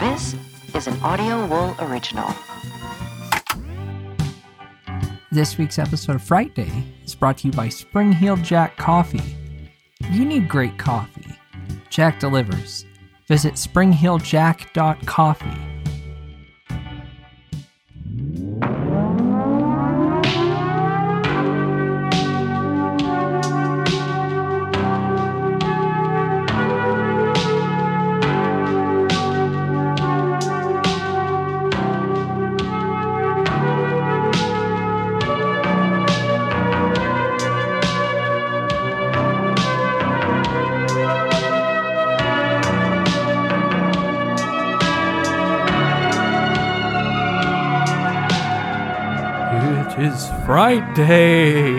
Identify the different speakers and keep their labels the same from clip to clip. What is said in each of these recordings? Speaker 1: This is an Audio Wool original.
Speaker 2: This week's episode of Fright Day is brought to you by Spring Heel Jack Coffee. You need great coffee. Jack delivers. Visit springheeljack.coffee.
Speaker 3: It is Friday.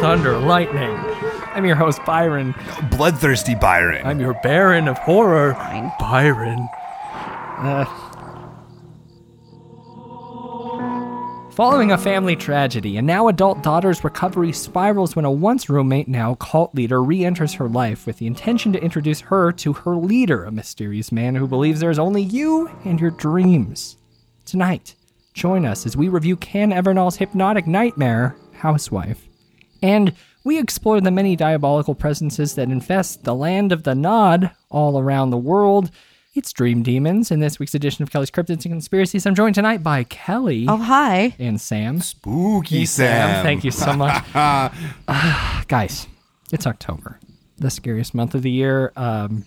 Speaker 3: Thunder, lightning. I'm your host, Byron.
Speaker 4: bloodthirsty Byron.
Speaker 3: I'm your Baron of Horror, Byron. Uh, Following a family tragedy, a now adult daughter's recovery spirals when a once roommate, now cult leader, re enters her life with the intention to introduce her to her leader, a mysterious man who believes there is only you and your dreams. Tonight, join us as we review Can Evernall's hypnotic nightmare, Housewife. And we explore the many diabolical presences that infest the land of the Nod all around the world. It's Dream Demons in this week's edition of Kelly's Cryptids and Conspiracies. I'm joined tonight by Kelly
Speaker 5: Oh, hi.
Speaker 3: and Sam.
Speaker 4: Spooky Sam.
Speaker 3: Thank you so much. Ah, guys, it's October, the scariest month of the year. Um,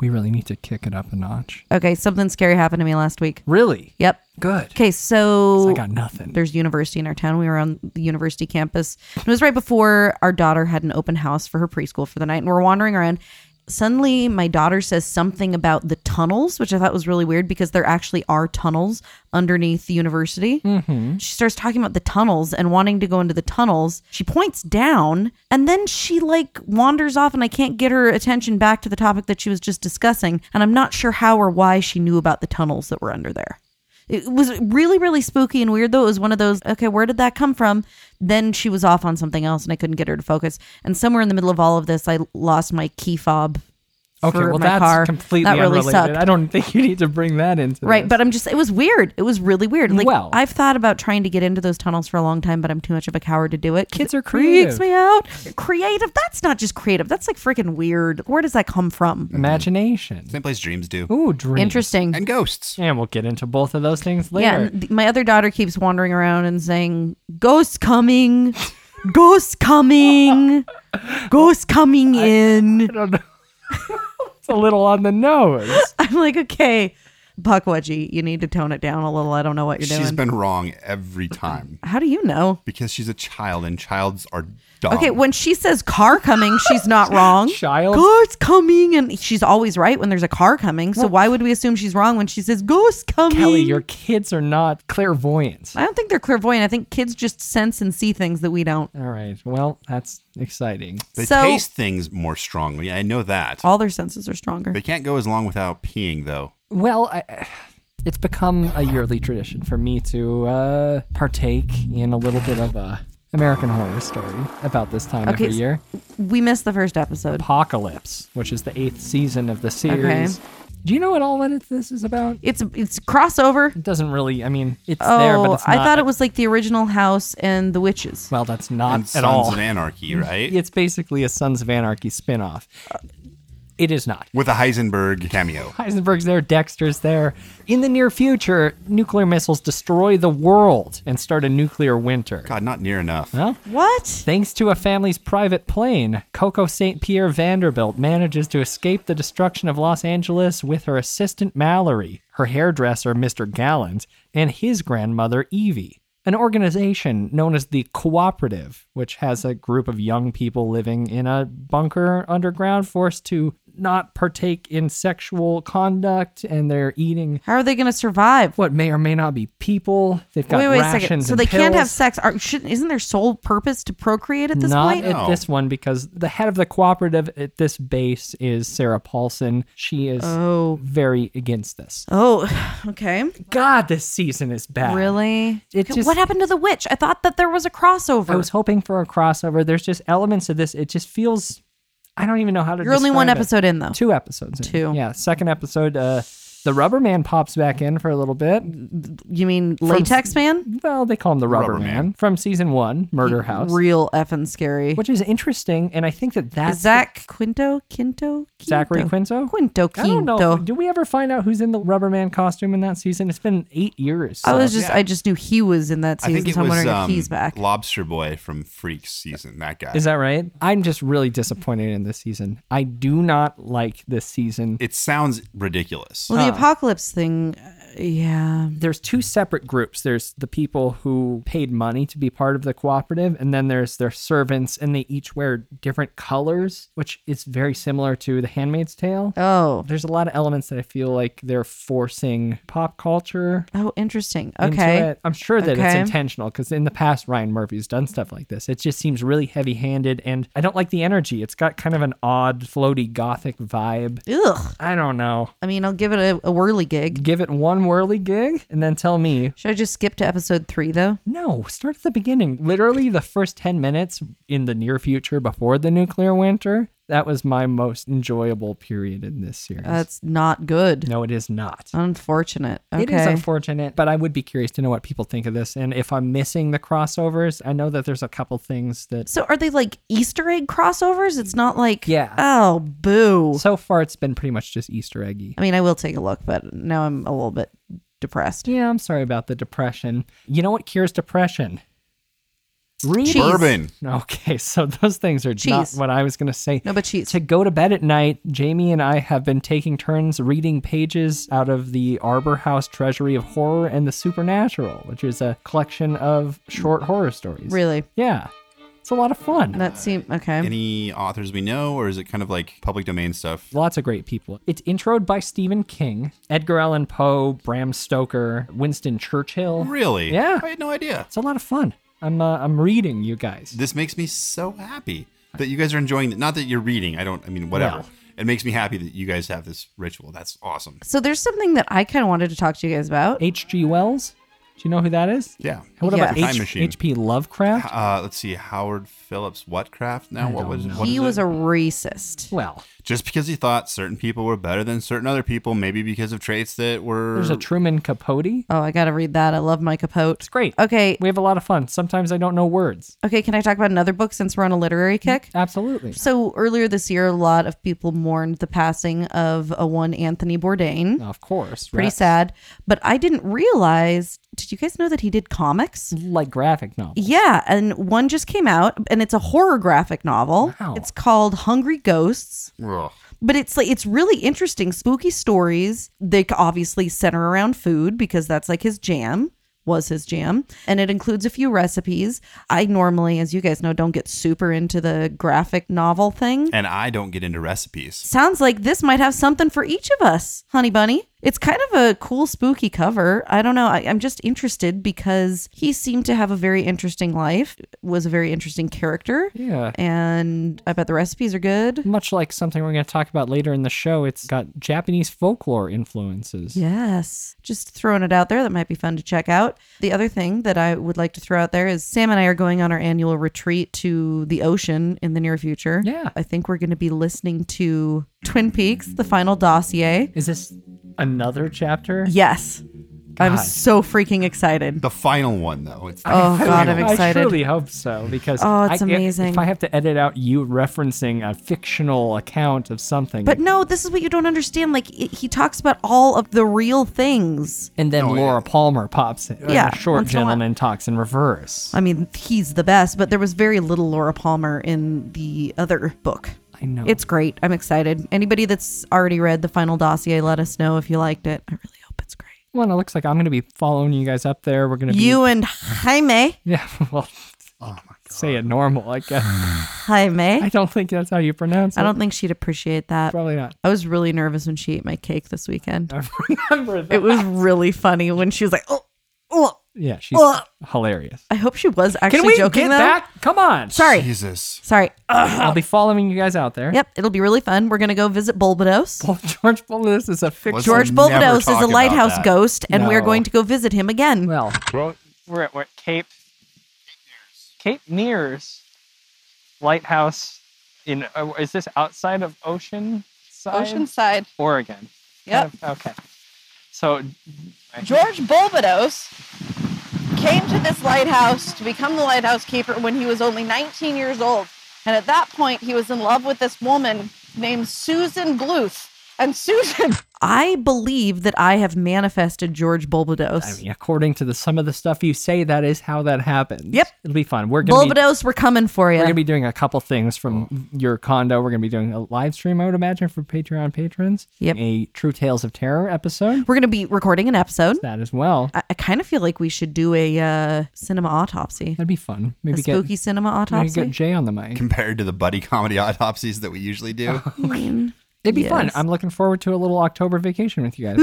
Speaker 3: we really need to kick it up a notch.
Speaker 5: Okay, something scary happened to me last week.
Speaker 3: Really?
Speaker 5: Yep.
Speaker 3: Good.
Speaker 5: Okay, so
Speaker 3: I got nothing.
Speaker 5: there's university in our town. We were on the university campus. It was right before our daughter had an open house for her preschool for the night, and we're wandering around. Suddenly, my daughter says something about the tunnels, which I thought was really weird because there actually are tunnels underneath the university.
Speaker 3: Mm-hmm.
Speaker 5: She starts talking about the tunnels and wanting to go into the tunnels. She points down, and then she like wanders off, and I can't get her attention back to the topic that she was just discussing. And I'm not sure how or why she knew about the tunnels that were under there. It was really, really spooky and weird, though. It was one of those, okay, where did that come from? Then she was off on something else and I couldn't get her to focus. And somewhere in the middle of all of this, I lost my key fob.
Speaker 3: okay,
Speaker 5: for
Speaker 3: well,
Speaker 5: my
Speaker 3: that's
Speaker 5: car.
Speaker 3: completely
Speaker 5: that really
Speaker 3: unrelated.
Speaker 5: sucked.
Speaker 3: I don't think you need to bring that into
Speaker 5: Right,
Speaker 3: this.
Speaker 5: but I'm just, it was weird. It was really weird. Like,
Speaker 3: Well.
Speaker 5: I've thought about trying to get into those tunnels for a long time, but I'm too much of a coward to do it. 'cause
Speaker 3: Kids
Speaker 5: it
Speaker 3: are creative.
Speaker 5: Freaks me out. Creative? That's not just creative. That's like freaking weird. Where does that come from?
Speaker 3: imagination.
Speaker 4: Same place dreams do.
Speaker 3: Ooh, dreams.
Speaker 5: Interesting.
Speaker 4: And ghosts.
Speaker 3: And we'll get into both of those things later.
Speaker 5: Yeah, and th- my other daughter keeps wandering around and saying, "Ghosts coming, ghosts coming, ghosts coming in."
Speaker 3: I don't know. it's a little on the nose.
Speaker 5: I'm like, okay, Buckwudgie, you need to tone it down a little. I don't know what you're
Speaker 4: She's
Speaker 5: doing.
Speaker 4: been wrong every time
Speaker 5: How do you know?
Speaker 4: because she's a child and childs are dumb.
Speaker 5: Okay, when she says car coming, she's not wrong.
Speaker 3: Um, Child.
Speaker 5: Ghosts coming, and she's always right when there's a car coming. So why would we assume she's wrong when she says ghosts coming?
Speaker 3: Kelly, your kids are not clairvoyant.
Speaker 5: I don't think they're clairvoyant. I think kids just sense and see things that we don't.
Speaker 3: All right. Well, that's exciting.
Speaker 4: they
Speaker 5: so-
Speaker 4: taste things more strongly. I know that.
Speaker 5: All their senses are stronger.
Speaker 4: They can't go as long without peeing, though.
Speaker 3: Well, I, it's become a yearly tradition for me to uh, partake in a little bit of a American Horror Story about this time
Speaker 5: Okay,
Speaker 3: every
Speaker 5: s-
Speaker 3: year.
Speaker 5: We missed the first episode.
Speaker 3: Apocalypse, which is the eighth season of the series. Do you know at all what it, this is about?
Speaker 5: It's it's crossover.
Speaker 3: It doesn't really. I mean, it's
Speaker 5: Oh,
Speaker 3: there, but it's
Speaker 5: I
Speaker 3: not.
Speaker 5: thought it was like the original House and the witches.
Speaker 3: Well, that's
Speaker 4: And
Speaker 3: not at
Speaker 4: Sons
Speaker 3: all.
Speaker 4: of Anarchy, right?
Speaker 3: it's basically a Sons of Anarchy spin-off. It is not.
Speaker 4: With a Heisenberg cameo.
Speaker 3: Heisenberg's there, Dexter's there. In the near future, nuclear missiles destroy the world and start a nuclear winter.
Speaker 4: God, not near enough.
Speaker 3: Well,
Speaker 5: What?
Speaker 3: thanks to a family's private plane, Coco St. Pierre Vanderbilt manages to escape the destruction of Los Angeles with her assistant Mallory, her hairdresser Mr. Gallant, and his grandmother Evie. An organization known as the Cooperative, which has a group of young people living in a bunker underground forced to not partake in sexual conduct and they're eating
Speaker 5: How are they going to survive?
Speaker 3: what may or may not be people. They've got
Speaker 5: wait, wait a
Speaker 3: rations
Speaker 5: second. So
Speaker 3: and
Speaker 5: they can't have
Speaker 3: pills.
Speaker 5: sex. Are, shouldn't, isn't their sole purpose to procreate at this
Speaker 3: not
Speaker 5: point?
Speaker 3: at
Speaker 4: No.
Speaker 3: this one because the head of the cooperative at this base is Sarah Paulson. She is
Speaker 5: Oh.
Speaker 3: very against this.
Speaker 5: Oh, okay.
Speaker 3: God, this season is bad.
Speaker 5: Really?
Speaker 3: It
Speaker 5: Okay,
Speaker 3: just-
Speaker 5: what happened to the witch? I thought that there was a crossover.
Speaker 3: I was hoping for a crossover. There's just elements of this. It just feels I don't even know how to.
Speaker 5: You're only one
Speaker 3: describe it.
Speaker 5: episode in though.
Speaker 3: Two episodes. in.
Speaker 5: Two.
Speaker 3: Yeah. Second episode. Uh, the Rubber Man pops back in for a little bit.
Speaker 5: You mean Latex Man?
Speaker 3: Well, they call him the Rubber,
Speaker 4: Rubber
Speaker 3: Man.
Speaker 4: Man.
Speaker 3: from season one, Murder House,
Speaker 5: Real effing scary.
Speaker 3: which is interesting. And I think that that's
Speaker 5: Is Zach Quinto? Quinto? Quinto?
Speaker 3: Zachary Quinto.
Speaker 5: Quinto
Speaker 3: I don't know.
Speaker 5: Quinto.
Speaker 3: Do we ever find out who's in the Rubber Man costume in that season? It's been eight years.
Speaker 5: I
Speaker 3: so-
Speaker 5: was just
Speaker 4: Yeah.
Speaker 5: I just knew he was in that
Speaker 4: I
Speaker 5: season,
Speaker 4: think it
Speaker 5: so I'm
Speaker 4: was
Speaker 5: wondering
Speaker 4: um,
Speaker 5: if he's back.
Speaker 4: Lobster Boy from Freaks season. That guy.
Speaker 3: Is that right? I'm just really disappointed in this season. I do not like this season.
Speaker 4: it sounds ridiculous.
Speaker 5: Well, the apocalypse thing, uh, yeah.
Speaker 3: There's two separate groups. There's the people who paid money to be part of the cooperative, and then there's their servants, and they each wear different colors, which is very similar to The Handmaid's Tale.
Speaker 5: Oh,
Speaker 3: There's a lot of elements that I feel like they're forcing pop culture
Speaker 5: oh, interesting.
Speaker 3: into
Speaker 5: Okay,
Speaker 3: it. I'm sure that it's
Speaker 5: Okay.
Speaker 3: intentional because in the past Ryan Murphy's done stuff like this. It just seems really heavy-handed, and I don't like the energy. It's got kind of an odd, floaty, gothic vibe.
Speaker 5: ugh.
Speaker 3: I don't know.
Speaker 5: I mean, I'll give it a, a whirly gig.
Speaker 3: Give it one whirly gig and then tell me.
Speaker 5: Should I just skip to episode three though?
Speaker 3: No, start at the beginning. Literally the first 10 minutes in the near future before the nuclear winter. That was my most enjoyable period in this series.
Speaker 5: That's not good.
Speaker 3: no, it is not.
Speaker 5: Unfortunate. Okay.
Speaker 3: It is unfortunate, but I would be curious to know what people think of this. And if I'm missing the crossovers, I know that there's a couple things that
Speaker 5: so are they like Easter egg crossovers? It's not like
Speaker 3: Yeah.
Speaker 5: Oh, boo.
Speaker 3: so far it's been pretty much just Easter eggy.
Speaker 5: I mean, I will take a look, but now I'm a little bit depressed.
Speaker 3: Yeah, I'm sorry about the depression. You know what cures depression? Read
Speaker 5: Cheese.
Speaker 4: Bourbon.
Speaker 3: Okay, so those things are not
Speaker 5: Cheese.
Speaker 3: what I was going to say.
Speaker 5: No, but cheese.
Speaker 3: to go to bed at night, Jamie and I have been taking turns reading pages out of the Arbor House Treasury of Horror and the Supernatural, which is a collection of short horror stories.
Speaker 5: Really?
Speaker 3: Yeah. It's a lot of fun.
Speaker 5: That seemed okay.
Speaker 4: Any authors we know, or is it kind of like public domain stuff?
Speaker 3: Lots of great people. It's introed by Stephen King, Edgar Allan Poe, Bram Stoker, Winston Churchill.
Speaker 4: Really?
Speaker 3: Yeah.
Speaker 4: I had no idea.
Speaker 3: It's a lot of fun. I'm uh, I'm reading you guys.
Speaker 4: This makes me so happy that you guys are enjoying it. Not that you're reading. I don't. I mean, whatever.
Speaker 3: No.
Speaker 4: It makes me happy that you guys have this ritual. That's awesome.
Speaker 5: so there's something that I kind of wanted to talk to you guys about.
Speaker 3: H.G. Wells. Do you know who that is?
Speaker 4: Yeah.
Speaker 3: What
Speaker 5: Yeah.
Speaker 3: about
Speaker 4: Time
Speaker 3: H-
Speaker 4: Machine.
Speaker 3: H.P. Lovecraft?
Speaker 4: Uh, let's see. Howard Phillips. What craft? Now, what was? What
Speaker 5: He
Speaker 4: is
Speaker 5: was
Speaker 4: it?
Speaker 5: a racist.
Speaker 3: well,
Speaker 4: Just because he thought certain people were better than certain other people, maybe because of traits that were.
Speaker 3: there's a Truman Capote.
Speaker 5: Oh, I gotta read that. I love my
Speaker 3: It's
Speaker 5: capote.
Speaker 3: great.
Speaker 5: Okay,
Speaker 3: We have a lot of fun. Sometimes I don't know words.
Speaker 5: okay. Can I talk about another book since we're on a literary
Speaker 4: Mm-hmm.
Speaker 5: kick?
Speaker 3: Absolutely.
Speaker 5: So earlier this year, a lot of people mourned the passing of a one Anthony Bourdain.
Speaker 3: Of course.
Speaker 5: Pretty
Speaker 3: right?
Speaker 5: sad. But I didn't realize. Did you guys know that he did comics?
Speaker 3: Like graphic novel.
Speaker 5: Yeah, and one just came out, and it's a horror graphic novel.
Speaker 3: Wow.
Speaker 5: It's called Hungry Ghosts.
Speaker 4: Ugh.
Speaker 5: but it's like it's really interesting spooky stories they c- obviously center around food because that's like his jam was his jam and it includes a few recipes i normally as you guys know don't get super into the graphic novel thing
Speaker 4: And I don't get into recipes.
Speaker 5: sounds like this might have something for each of us honey bunny it's kind of a cool spooky cover i don't know I, i'm just interested because he seemed to have a very interesting life was a very interesting character
Speaker 3: Yeah.
Speaker 5: and i bet the recipes are good
Speaker 3: Much like something we're going to talk about later in the show, it's got Japanese folklore influences.
Speaker 5: Yes. Just throwing it out there. That might be fun to check out. The other thing that I would like to throw out there is Sam and I are going on our annual retreat to the ocean in the near future.
Speaker 3: Yeah.
Speaker 5: I think we're going to be listening to Twin Peaks, the final dossier.
Speaker 3: Is this another chapter?
Speaker 5: Yes. I'm
Speaker 3: God.
Speaker 5: so freaking excited.
Speaker 4: The final one, though. It's
Speaker 5: Oh, God, I'm
Speaker 3: I
Speaker 5: excited.
Speaker 3: truly hope so because
Speaker 5: Oh, it's
Speaker 3: I- If
Speaker 5: amazing.
Speaker 3: I have to edit out you referencing a fictional account of something,
Speaker 5: But no, this is what you don't understand. Like, it, he talks about all of the real things.
Speaker 3: and then Laura Palmer pops in,
Speaker 5: Yeah,
Speaker 3: a short
Speaker 5: once in a while.
Speaker 3: gentleman talks in reverse.
Speaker 5: I mean, he's the best, but there was very little Laura Palmer in the other book.
Speaker 3: I know.
Speaker 5: It's great. I'm excited. Anybody that's already read the final dossier, let us know if you liked it. I really hope it's great.
Speaker 3: well, it looks like I'm going to be following you guys up there. We're going to be
Speaker 5: You and Jaime,
Speaker 3: yeah. Well, say it normal, I guess. I
Speaker 5: Jaime.
Speaker 3: don't think that's how you pronounce it.
Speaker 5: I don't think she'd appreciate that.
Speaker 3: Probably not.
Speaker 5: I was really nervous when she ate my cake this weekend.
Speaker 3: Remember that.
Speaker 5: It was really funny when she was like, "Oh, oh."
Speaker 3: Yeah, she's
Speaker 5: Ugh.
Speaker 3: hilarious.
Speaker 5: I hope she was actually
Speaker 3: Can we
Speaker 5: joking
Speaker 3: get
Speaker 5: though.
Speaker 3: back? Come on.
Speaker 5: Sorry,
Speaker 4: Jesus.
Speaker 5: sorry.
Speaker 3: I'll be following you guys out there.
Speaker 5: Yep, it'll be really fun. We're gonna go visit Bulbados.
Speaker 3: Well, George Bolus is a fictional.
Speaker 4: Let's
Speaker 5: George
Speaker 4: never
Speaker 5: Bulbados is
Speaker 4: talk
Speaker 5: a
Speaker 4: about
Speaker 5: lighthouse
Speaker 4: that.
Speaker 5: ghost, and we're
Speaker 3: No.
Speaker 5: going to go visit him again.
Speaker 3: Well, we're at what Cape Cape Nears Lighthouse in uh, is this outside of Oceanside,
Speaker 6: Oceanside.
Speaker 3: Oregon?
Speaker 6: Yep.
Speaker 3: Kind of- okay. So
Speaker 6: George Bolbados came to this lighthouse to become the lighthouse keeper when he was only 19 years old. And at that point, he was in love with this woman named Susan Bluth. And Susan,
Speaker 5: I believe that I have manifested George Bulbados.
Speaker 3: I mean, according to the some of the stuff you say, that is how that happened.
Speaker 5: Yep.
Speaker 3: It'll be fun. We're gonna be,
Speaker 5: Bulbados, we're coming for
Speaker 3: we're gonna
Speaker 5: you.
Speaker 3: be doing a couple things from your condo. We're gonna be doing a live stream, I would imagine, for Patreon patrons.
Speaker 5: Yep.
Speaker 3: A True Tales of Terror episode.
Speaker 5: We're going to be recording an episode.
Speaker 3: That as well.
Speaker 5: I, I kind of feel like we should do a uh, cinema autopsy,
Speaker 3: That'd be fun.
Speaker 5: a
Speaker 3: Maybe get
Speaker 5: spooky cinema
Speaker 3: maybe
Speaker 5: autopsy.
Speaker 3: get Jay on the mic.
Speaker 4: compared to the buddy comedy autopsies that we usually do.
Speaker 3: It'd be fun.
Speaker 5: Yes.
Speaker 3: I'm looking forward to a little October vacation with you guys.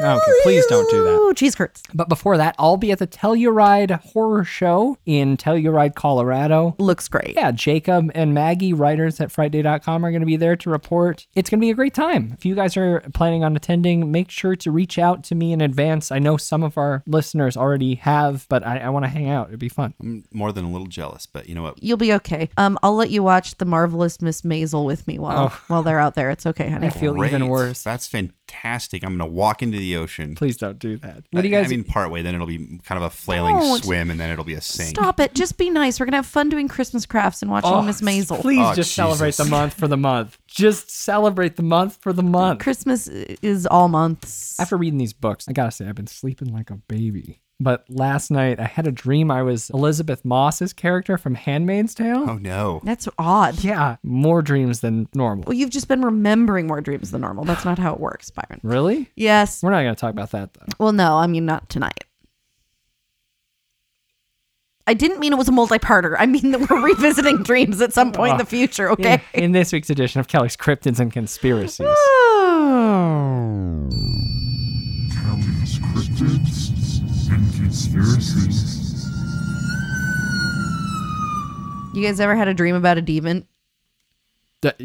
Speaker 3: okay, please don't do that.
Speaker 5: Ooh, cheese curds.
Speaker 3: But before that, I'll be at the Telluride Horror Show in Telluride, Colorado.
Speaker 5: Looks great.
Speaker 3: Yeah, Jacob and Maggie, writers at Friday.com, are going to be there to report. It's going to be a great time. If you guys are planning on attending, make sure to reach out to me in advance. I know some of our listeners already have, but I, I want to hang out. It'd be fun.
Speaker 4: I'm more than a little jealous, but you know what?
Speaker 5: You'll be okay. Um, I'll let you watch the marvelous Miss Maisel with me while while they're out there. It's okay, honey.
Speaker 3: Oh. I feel even
Speaker 4: Great.
Speaker 3: worse.
Speaker 4: That's fantastic. I'm gonna walk into the ocean.
Speaker 3: Please don't do that. What do you
Speaker 4: I-
Speaker 3: guys
Speaker 4: I mean, partway. Then it'll be kind of a flailing
Speaker 5: Don't.
Speaker 4: swim, and then it'll be a sink.
Speaker 5: Stop it. Just be nice. We're gonna have fun doing Christmas crafts and watching
Speaker 3: Oh,
Speaker 5: Miss Maisel.
Speaker 3: Please
Speaker 4: Oh,
Speaker 3: just celebrate the
Speaker 4: Jesus.
Speaker 3: month for the month. Just celebrate the month for the month.
Speaker 5: Christmas is all months.
Speaker 3: After reading these books, I gotta say, I've been sleeping like a baby. But last night, I had a dream I was Elizabeth Moss's character from Handmaid's Tale.
Speaker 4: Oh no.
Speaker 5: That's odd.
Speaker 3: Yeah, more dreams than normal.
Speaker 5: Well, you've just been remembering more dreams than normal. That's not how it works, Byron.
Speaker 3: Really?
Speaker 5: Yes.
Speaker 3: We're not gonna talk about that though.
Speaker 5: Well, no, I mean not tonight. I didn't mean it was a multi-parter. I mean that we're revisiting dreams at some point in the future. Okay.
Speaker 3: In, in this week's edition of Kelly's Cryptids and Conspiracies.
Speaker 7: Kelly's Cryptids and Conspiracies.
Speaker 5: You guys ever had a dream about a demon?
Speaker 3: That-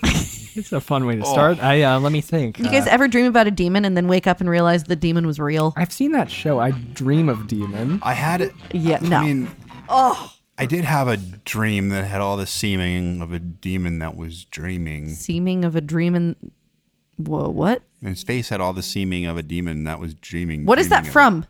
Speaker 3: it's a fun way to start. I uh, let me think.
Speaker 5: Oh. You guys
Speaker 3: Uh,
Speaker 5: ever dream about a demon and then wake up and realize the demon was real?
Speaker 3: I've seen that show. I dream of demon.
Speaker 4: I had it.
Speaker 5: Yeah,
Speaker 4: I
Speaker 5: no.
Speaker 4: mean, oh. I did have a dream that had all the seeming of a demon that was dreaming.
Speaker 5: Seeming of a dream and whoa, what?
Speaker 4: And his face had all the seeming of a demon that was dreaming.
Speaker 5: What is that
Speaker 4: dreaming of-
Speaker 5: from?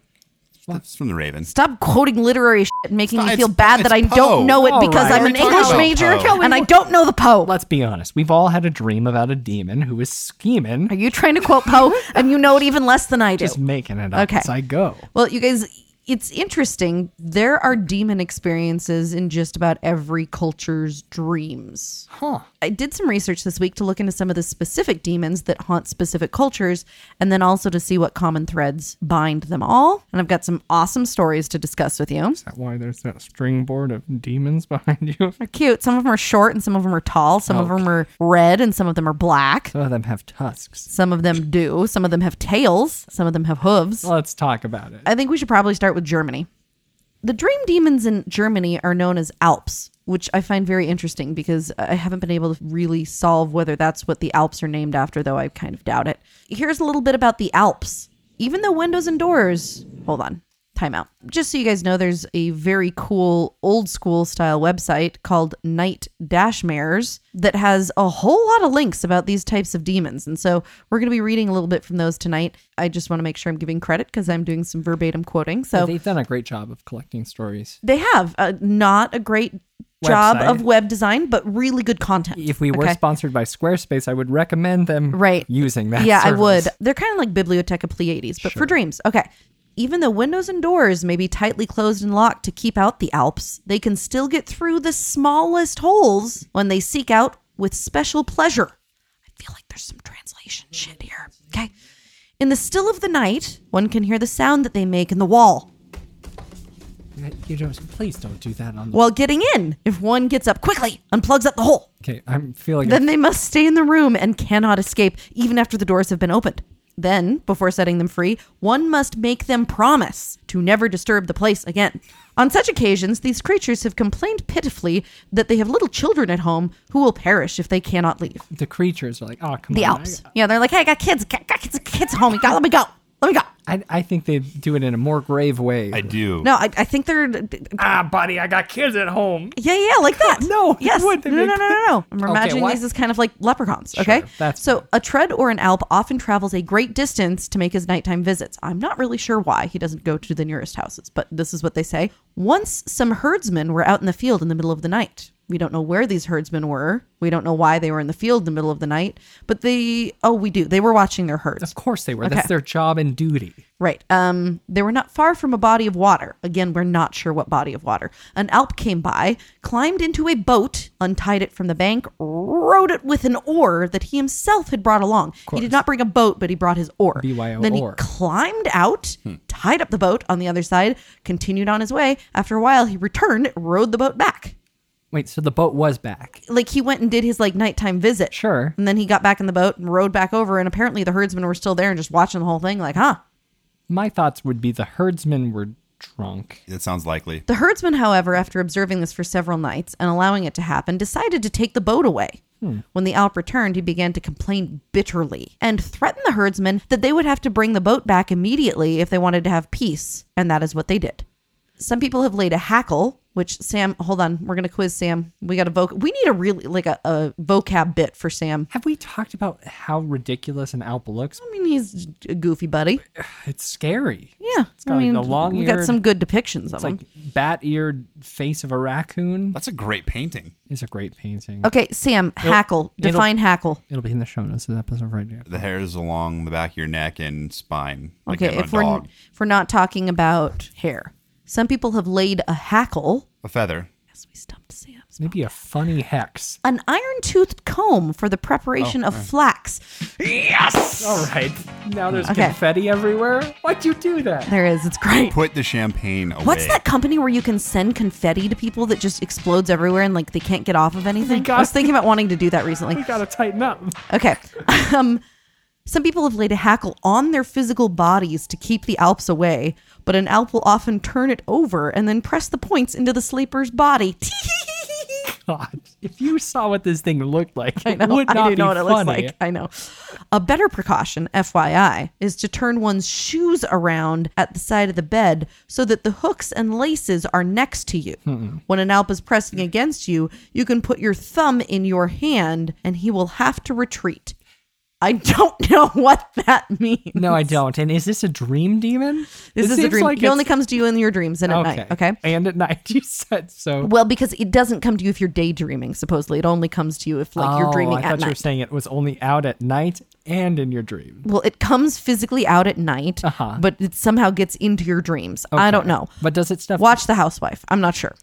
Speaker 4: That's from the Raven.
Speaker 5: Stop quoting literary shit and making
Speaker 4: It's
Speaker 5: me
Speaker 4: not-
Speaker 5: feel
Speaker 4: it's-
Speaker 5: bad that
Speaker 4: it's Poe.
Speaker 5: I don't know it
Speaker 3: All
Speaker 5: because
Speaker 3: right.
Speaker 5: I'm
Speaker 4: We're
Speaker 5: an
Speaker 4: talking
Speaker 5: English
Speaker 4: about
Speaker 5: major
Speaker 4: Poe.
Speaker 5: and I don't know the Poe.
Speaker 3: Let's be honest. We've all had a dream about a demon who is scheming,
Speaker 5: Are you trying to quote Poe and you know it even less than I do?
Speaker 3: just making it up
Speaker 5: Okay.
Speaker 3: as I go.
Speaker 5: Well, you guys, it's interesting. There are demon experiences in just about every culture's dreams.
Speaker 3: Huh.
Speaker 5: I did some research this week to look into some of the specific demons that haunt specific cultures and then also to see what common threads bind them all. And I've got some awesome stories to discuss with you.
Speaker 3: that why there's that string board of demons behind you?
Speaker 5: They're cute. Some of them are short and some of them are tall. Some of them are red and some of them are black.
Speaker 3: Some of them have tusks.
Speaker 5: Some of them do. Some of them have tails. Some of them have hooves.
Speaker 3: Let's talk about it.
Speaker 5: I think we should probably start with Germany. The dream demons in Germany are known as Alps, which I find very interesting because I haven't been able to really solve whether that's what the Alps are named after, though I kind of doubt it. Here's a little bit about the Alps. Even though windows and doors, hold on, time out. Just so you guys know, there's a very cool old school style website called Night Dashmares that has a whole lot of links about these types of demons. And so we're going to be reading a little bit from those tonight. I just want to make sure I'm giving credit because I'm doing some verbatim quoting. So
Speaker 3: They've done a great job of collecting stories.
Speaker 5: they have uh, not a great job
Speaker 3: Website.
Speaker 5: of web design, but really good content.
Speaker 3: If we were
Speaker 5: Okay?
Speaker 3: sponsored by Squarespace, I would recommend them
Speaker 5: Right.
Speaker 3: using that.
Speaker 5: yeah, I
Speaker 3: service.
Speaker 5: would. They're kind of like Bibliotheca Pleiades, but for dreams. Okay. Even though windows and doors may be tightly closed and locked to keep out the Alps, they can still get through the smallest holes when they seek out with special pleasure. I feel like there's some translation shit here. Okay. In the still of the night, one can hear the sound that they make in the wall
Speaker 3: You don't, please don't do that on the.
Speaker 5: while getting in. If one gets up quickly, unplugs up the hole.
Speaker 3: okay, I am feeling.
Speaker 5: Then they must stay in the room and cannot escape, even after the doors have been opened. Then, before setting them free, one must make them promise to never disturb the place again. On such occasions, these creatures have complained pitifully that they have little children at home who will perish if they cannot leave.
Speaker 3: the creatures are like, oh, come
Speaker 5: The
Speaker 3: on. I-
Speaker 5: Alps. Yeah, they're like, hey, I got kids. Got, got kids, kids at home. You gotta let me go. Let me go.
Speaker 3: I, I think they do it in a more grave way.
Speaker 4: I do.
Speaker 5: No, I, I think they're.
Speaker 3: ah, buddy, I got kids at home.
Speaker 5: Yeah, yeah, like that.
Speaker 3: No, you
Speaker 5: yes.
Speaker 3: wouldn't.
Speaker 5: No, no, no, no, no, no. I'm
Speaker 3: Okay,
Speaker 5: imagining
Speaker 3: what?
Speaker 5: these as kind of like leprechauns. Okay.
Speaker 3: that's
Speaker 5: so a tread or an alp often travels a great distance to make his nighttime visits. I'm not really sure why he doesn't go to the nearest houses, but this is what they say. Once some herdsmen were out in the field in the middle of the night. We don't know where these herdsmen were. We don't know why they were in the field in the middle of the night, but they, oh, we do. They were watching their herds.
Speaker 3: Of course they were.
Speaker 5: Okay.
Speaker 3: That's their job and duty.
Speaker 5: Right. Um, they were not far from a body of water. Again, we're not sure what body of water. An Alp came by, climbed into a boat, untied it from the bank, rowed it with an oar that he himself had brought along. He did not bring a boat, but he brought his oar.
Speaker 3: BYO
Speaker 5: then
Speaker 3: oar. Hmm.
Speaker 5: he climbed out, tied up the boat on the other side, continued on his way. After a while, he returned, rowed the boat back.
Speaker 3: Wait, so the boat was back.
Speaker 5: Like he went and did his like nighttime visit.
Speaker 3: Sure.
Speaker 5: And then he got back in the boat and rowed back over. And apparently the herdsmen were still there and just watching the whole thing, like, huh,
Speaker 3: My thoughts would be the herdsmen were drunk.
Speaker 4: That sounds likely.
Speaker 5: The herdsman, however, after observing this for several nights and allowing it to happen, decided to take the boat away.
Speaker 3: Hmm.
Speaker 5: When the Alp returned, he began to complain bitterly and threatened the herdsmen that they would have to bring the boat back immediately if they wanted to have peace, and that is what they did. Some people have laid a hackle, which Sam, hold on, we're gonna quiz Sam. We got a voc. We need a really like a, a vocab bit for Sam.
Speaker 3: Have we talked about how ridiculous an alp looks?
Speaker 5: I mean, he's a goofy buddy.
Speaker 3: It's scary.
Speaker 5: Yeah, it's
Speaker 3: got, like, the
Speaker 5: we got
Speaker 3: long-eared-
Speaker 5: some good depictions of
Speaker 3: It's
Speaker 5: him.
Speaker 3: like bat-eared face of a raccoon.
Speaker 4: That's a great painting.
Speaker 3: It's a great painting.
Speaker 5: okay, Sam, hackle.
Speaker 3: it'll-
Speaker 5: Define hackle.
Speaker 3: It'll be in the show notes of the episode right now.
Speaker 4: The hairs along the back of your neck and spine. Like
Speaker 5: Okay,
Speaker 4: of
Speaker 5: if
Speaker 4: a
Speaker 5: we're
Speaker 4: dog.
Speaker 5: if we're not talking about hair, some people have laid a hackle.
Speaker 4: A feather.
Speaker 5: Yes, we stumped Sam's.
Speaker 3: Maybe a funny hex.
Speaker 5: An iron-toothed comb for the preparation of flax.
Speaker 3: All right. Now there's
Speaker 5: Okay.
Speaker 3: confetti everywhere. Why'd you do that?
Speaker 5: There is. It's great.
Speaker 4: Put the champagne away.
Speaker 5: What's that company where you can send confetti to people that just explodes everywhere and like they can't get off of anything? I was thinking about wanting to do that recently.
Speaker 3: We gotta tighten up.
Speaker 5: Okay. Um, some people have laid a hackle on their physical bodies to keep the Alps away, but an Alp will often turn it over and then press the points into the sleeper's body.
Speaker 3: God, if you saw what this thing looked like,
Speaker 5: I
Speaker 3: it
Speaker 5: know.
Speaker 3: would not
Speaker 5: I do
Speaker 3: be
Speaker 5: know what it looks
Speaker 3: funny.
Speaker 5: like. I know. A better precaution, FYI, is to turn one's shoes around at the side of the bed so that the hooks and laces are next to you.
Speaker 3: Hmm.
Speaker 5: When an alp is pressing against you, you can put your thumb in your hand and he will have to retreat. I don't know what that means.
Speaker 3: No, I don't. And is this a dream demon?
Speaker 5: This
Speaker 3: It
Speaker 5: is a
Speaker 3: seems
Speaker 5: dream.
Speaker 3: like
Speaker 5: it only
Speaker 3: it's-
Speaker 5: comes to you in your dreams and at night. Okay.
Speaker 3: And at night, you said so.
Speaker 5: Well, because it doesn't come to you if you're daydreaming. Supposedly, it only comes to you if like you're
Speaker 3: Oh, I
Speaker 5: dreaming at
Speaker 3: thought you were
Speaker 5: night.
Speaker 3: saying it was only out at night and in your dream.
Speaker 5: well it comes physically out at night but it somehow gets into your dreams i don't know
Speaker 3: Uh-huh. But does it stuff?
Speaker 5: watch the housewife i'm not sure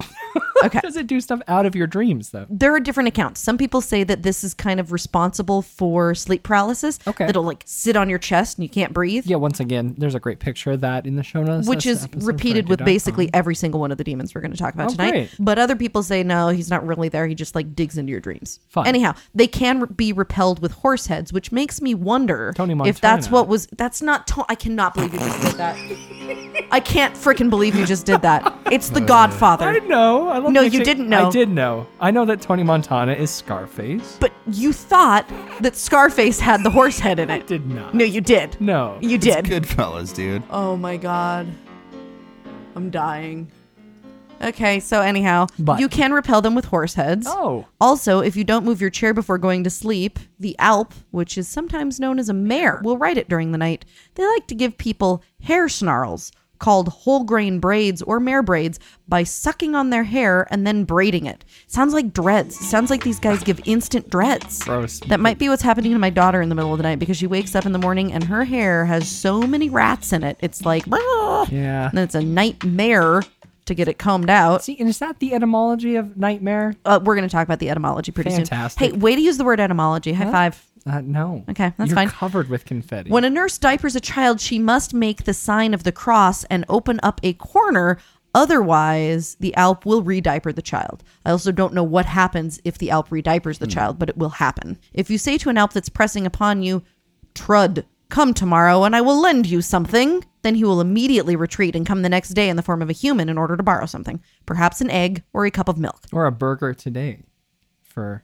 Speaker 5: okay
Speaker 3: Does it do stuff out of your dreams though?
Speaker 5: there are different accounts some people say that this is kind of responsible for sleep paralysis
Speaker 3: Okay.
Speaker 5: that'll like sit on your chest and you can't breathe
Speaker 3: Yeah. Once again, there's a great picture of that in the show notes,
Speaker 5: which
Speaker 3: That's
Speaker 5: is
Speaker 3: episode
Speaker 5: repeated with
Speaker 3: 40.com.
Speaker 5: basically every single one of the demons we're going to talk
Speaker 3: Oh,
Speaker 5: about tonight.
Speaker 3: great.
Speaker 5: But other people say no, he's not really there. He just like digs into your dreams.
Speaker 3: Fun.
Speaker 5: Anyhow, they can re- be repelled with horse heads, which makes me wonder
Speaker 3: Tony
Speaker 5: if that's
Speaker 3: Montana.
Speaker 5: what was. That's not. To- I cannot believe you just did that. I can't freaking believe you just did that. It's the
Speaker 3: Uh, I
Speaker 5: Godfather.
Speaker 3: know. I love
Speaker 5: No,
Speaker 3: that
Speaker 5: you
Speaker 3: she-
Speaker 5: didn't know.
Speaker 3: I did know. I know that Tony Montana is Scarface.
Speaker 5: But you thought that Scarface had the horse head in it.
Speaker 3: Did not.
Speaker 5: No, you did.
Speaker 3: No.
Speaker 5: You did.
Speaker 4: Good fellas, dude.
Speaker 5: Oh my god. I'm dying. Okay, so anyhow,
Speaker 3: But-
Speaker 5: you can repel them with horse heads.
Speaker 3: Oh.
Speaker 5: Also, if you don't move your chair before going to sleep, the Alp, which is sometimes known as a mare, will ride it during the night. They like to give people hair snarls called whole grain braids or mare braids by sucking on their hair and then braiding it. Sounds like dreads. Sounds like these guys give instant dreads.
Speaker 3: Gross.
Speaker 5: That might be what's happening to my daughter in the middle of the night because she wakes up in the morning and her hair has so many rats in it. It's like, "Ah."
Speaker 3: Yeah.
Speaker 5: And then it's a nightmare to get it combed out.
Speaker 3: See, and is that the etymology of nightmare?
Speaker 5: Uh, we're going to talk about the etymology pretty
Speaker 3: Fantastic.
Speaker 5: soon. Hey, way to use the word etymology. High five.
Speaker 3: Uh, no.
Speaker 5: Okay, that's
Speaker 3: You're
Speaker 5: fine.
Speaker 3: covered with confetti.
Speaker 5: When a nurse diapers a child, she must make the sign of the cross and open up a corner. Otherwise, the Alp will re-diaper the child. I also don't know what happens if the Alp re-diapers
Speaker 4: Hmm.
Speaker 5: the child, but it will happen. If you say to an Alp that's pressing upon you, Trud, come tomorrow and I will lend you something, then he will immediately retreat and come the next day in the form of a human in order to borrow something, perhaps an egg or a cup of milk.
Speaker 3: or a burger today for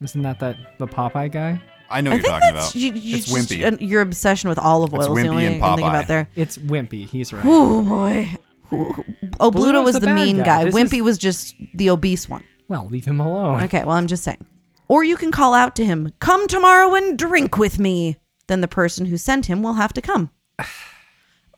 Speaker 3: isn't that that the Popeye guy?
Speaker 4: I know
Speaker 5: I
Speaker 4: what you're
Speaker 5: think
Speaker 4: talking
Speaker 5: that's
Speaker 4: about.
Speaker 5: you, you
Speaker 4: it's
Speaker 5: just-
Speaker 4: wimpy.
Speaker 5: and your obsession with olive
Speaker 4: It's
Speaker 5: oil is the
Speaker 4: wimpy
Speaker 5: only
Speaker 4: and
Speaker 5: thing about
Speaker 4: Popeye.
Speaker 5: there.
Speaker 3: It's wimpy. He's right.
Speaker 5: Oh boy. Ooh. Oh, Bluto
Speaker 3: Bluto's
Speaker 5: was
Speaker 3: the
Speaker 5: the,
Speaker 3: bad
Speaker 5: mean
Speaker 3: guy.
Speaker 5: guy.
Speaker 3: This
Speaker 5: Wimpy
Speaker 3: is-
Speaker 5: was just the obese one.
Speaker 3: Well, leave him alone.
Speaker 5: Okay, well, I'm just saying. Or you can call out to him, come tomorrow and drink with me. Then the person who sent him will have to come.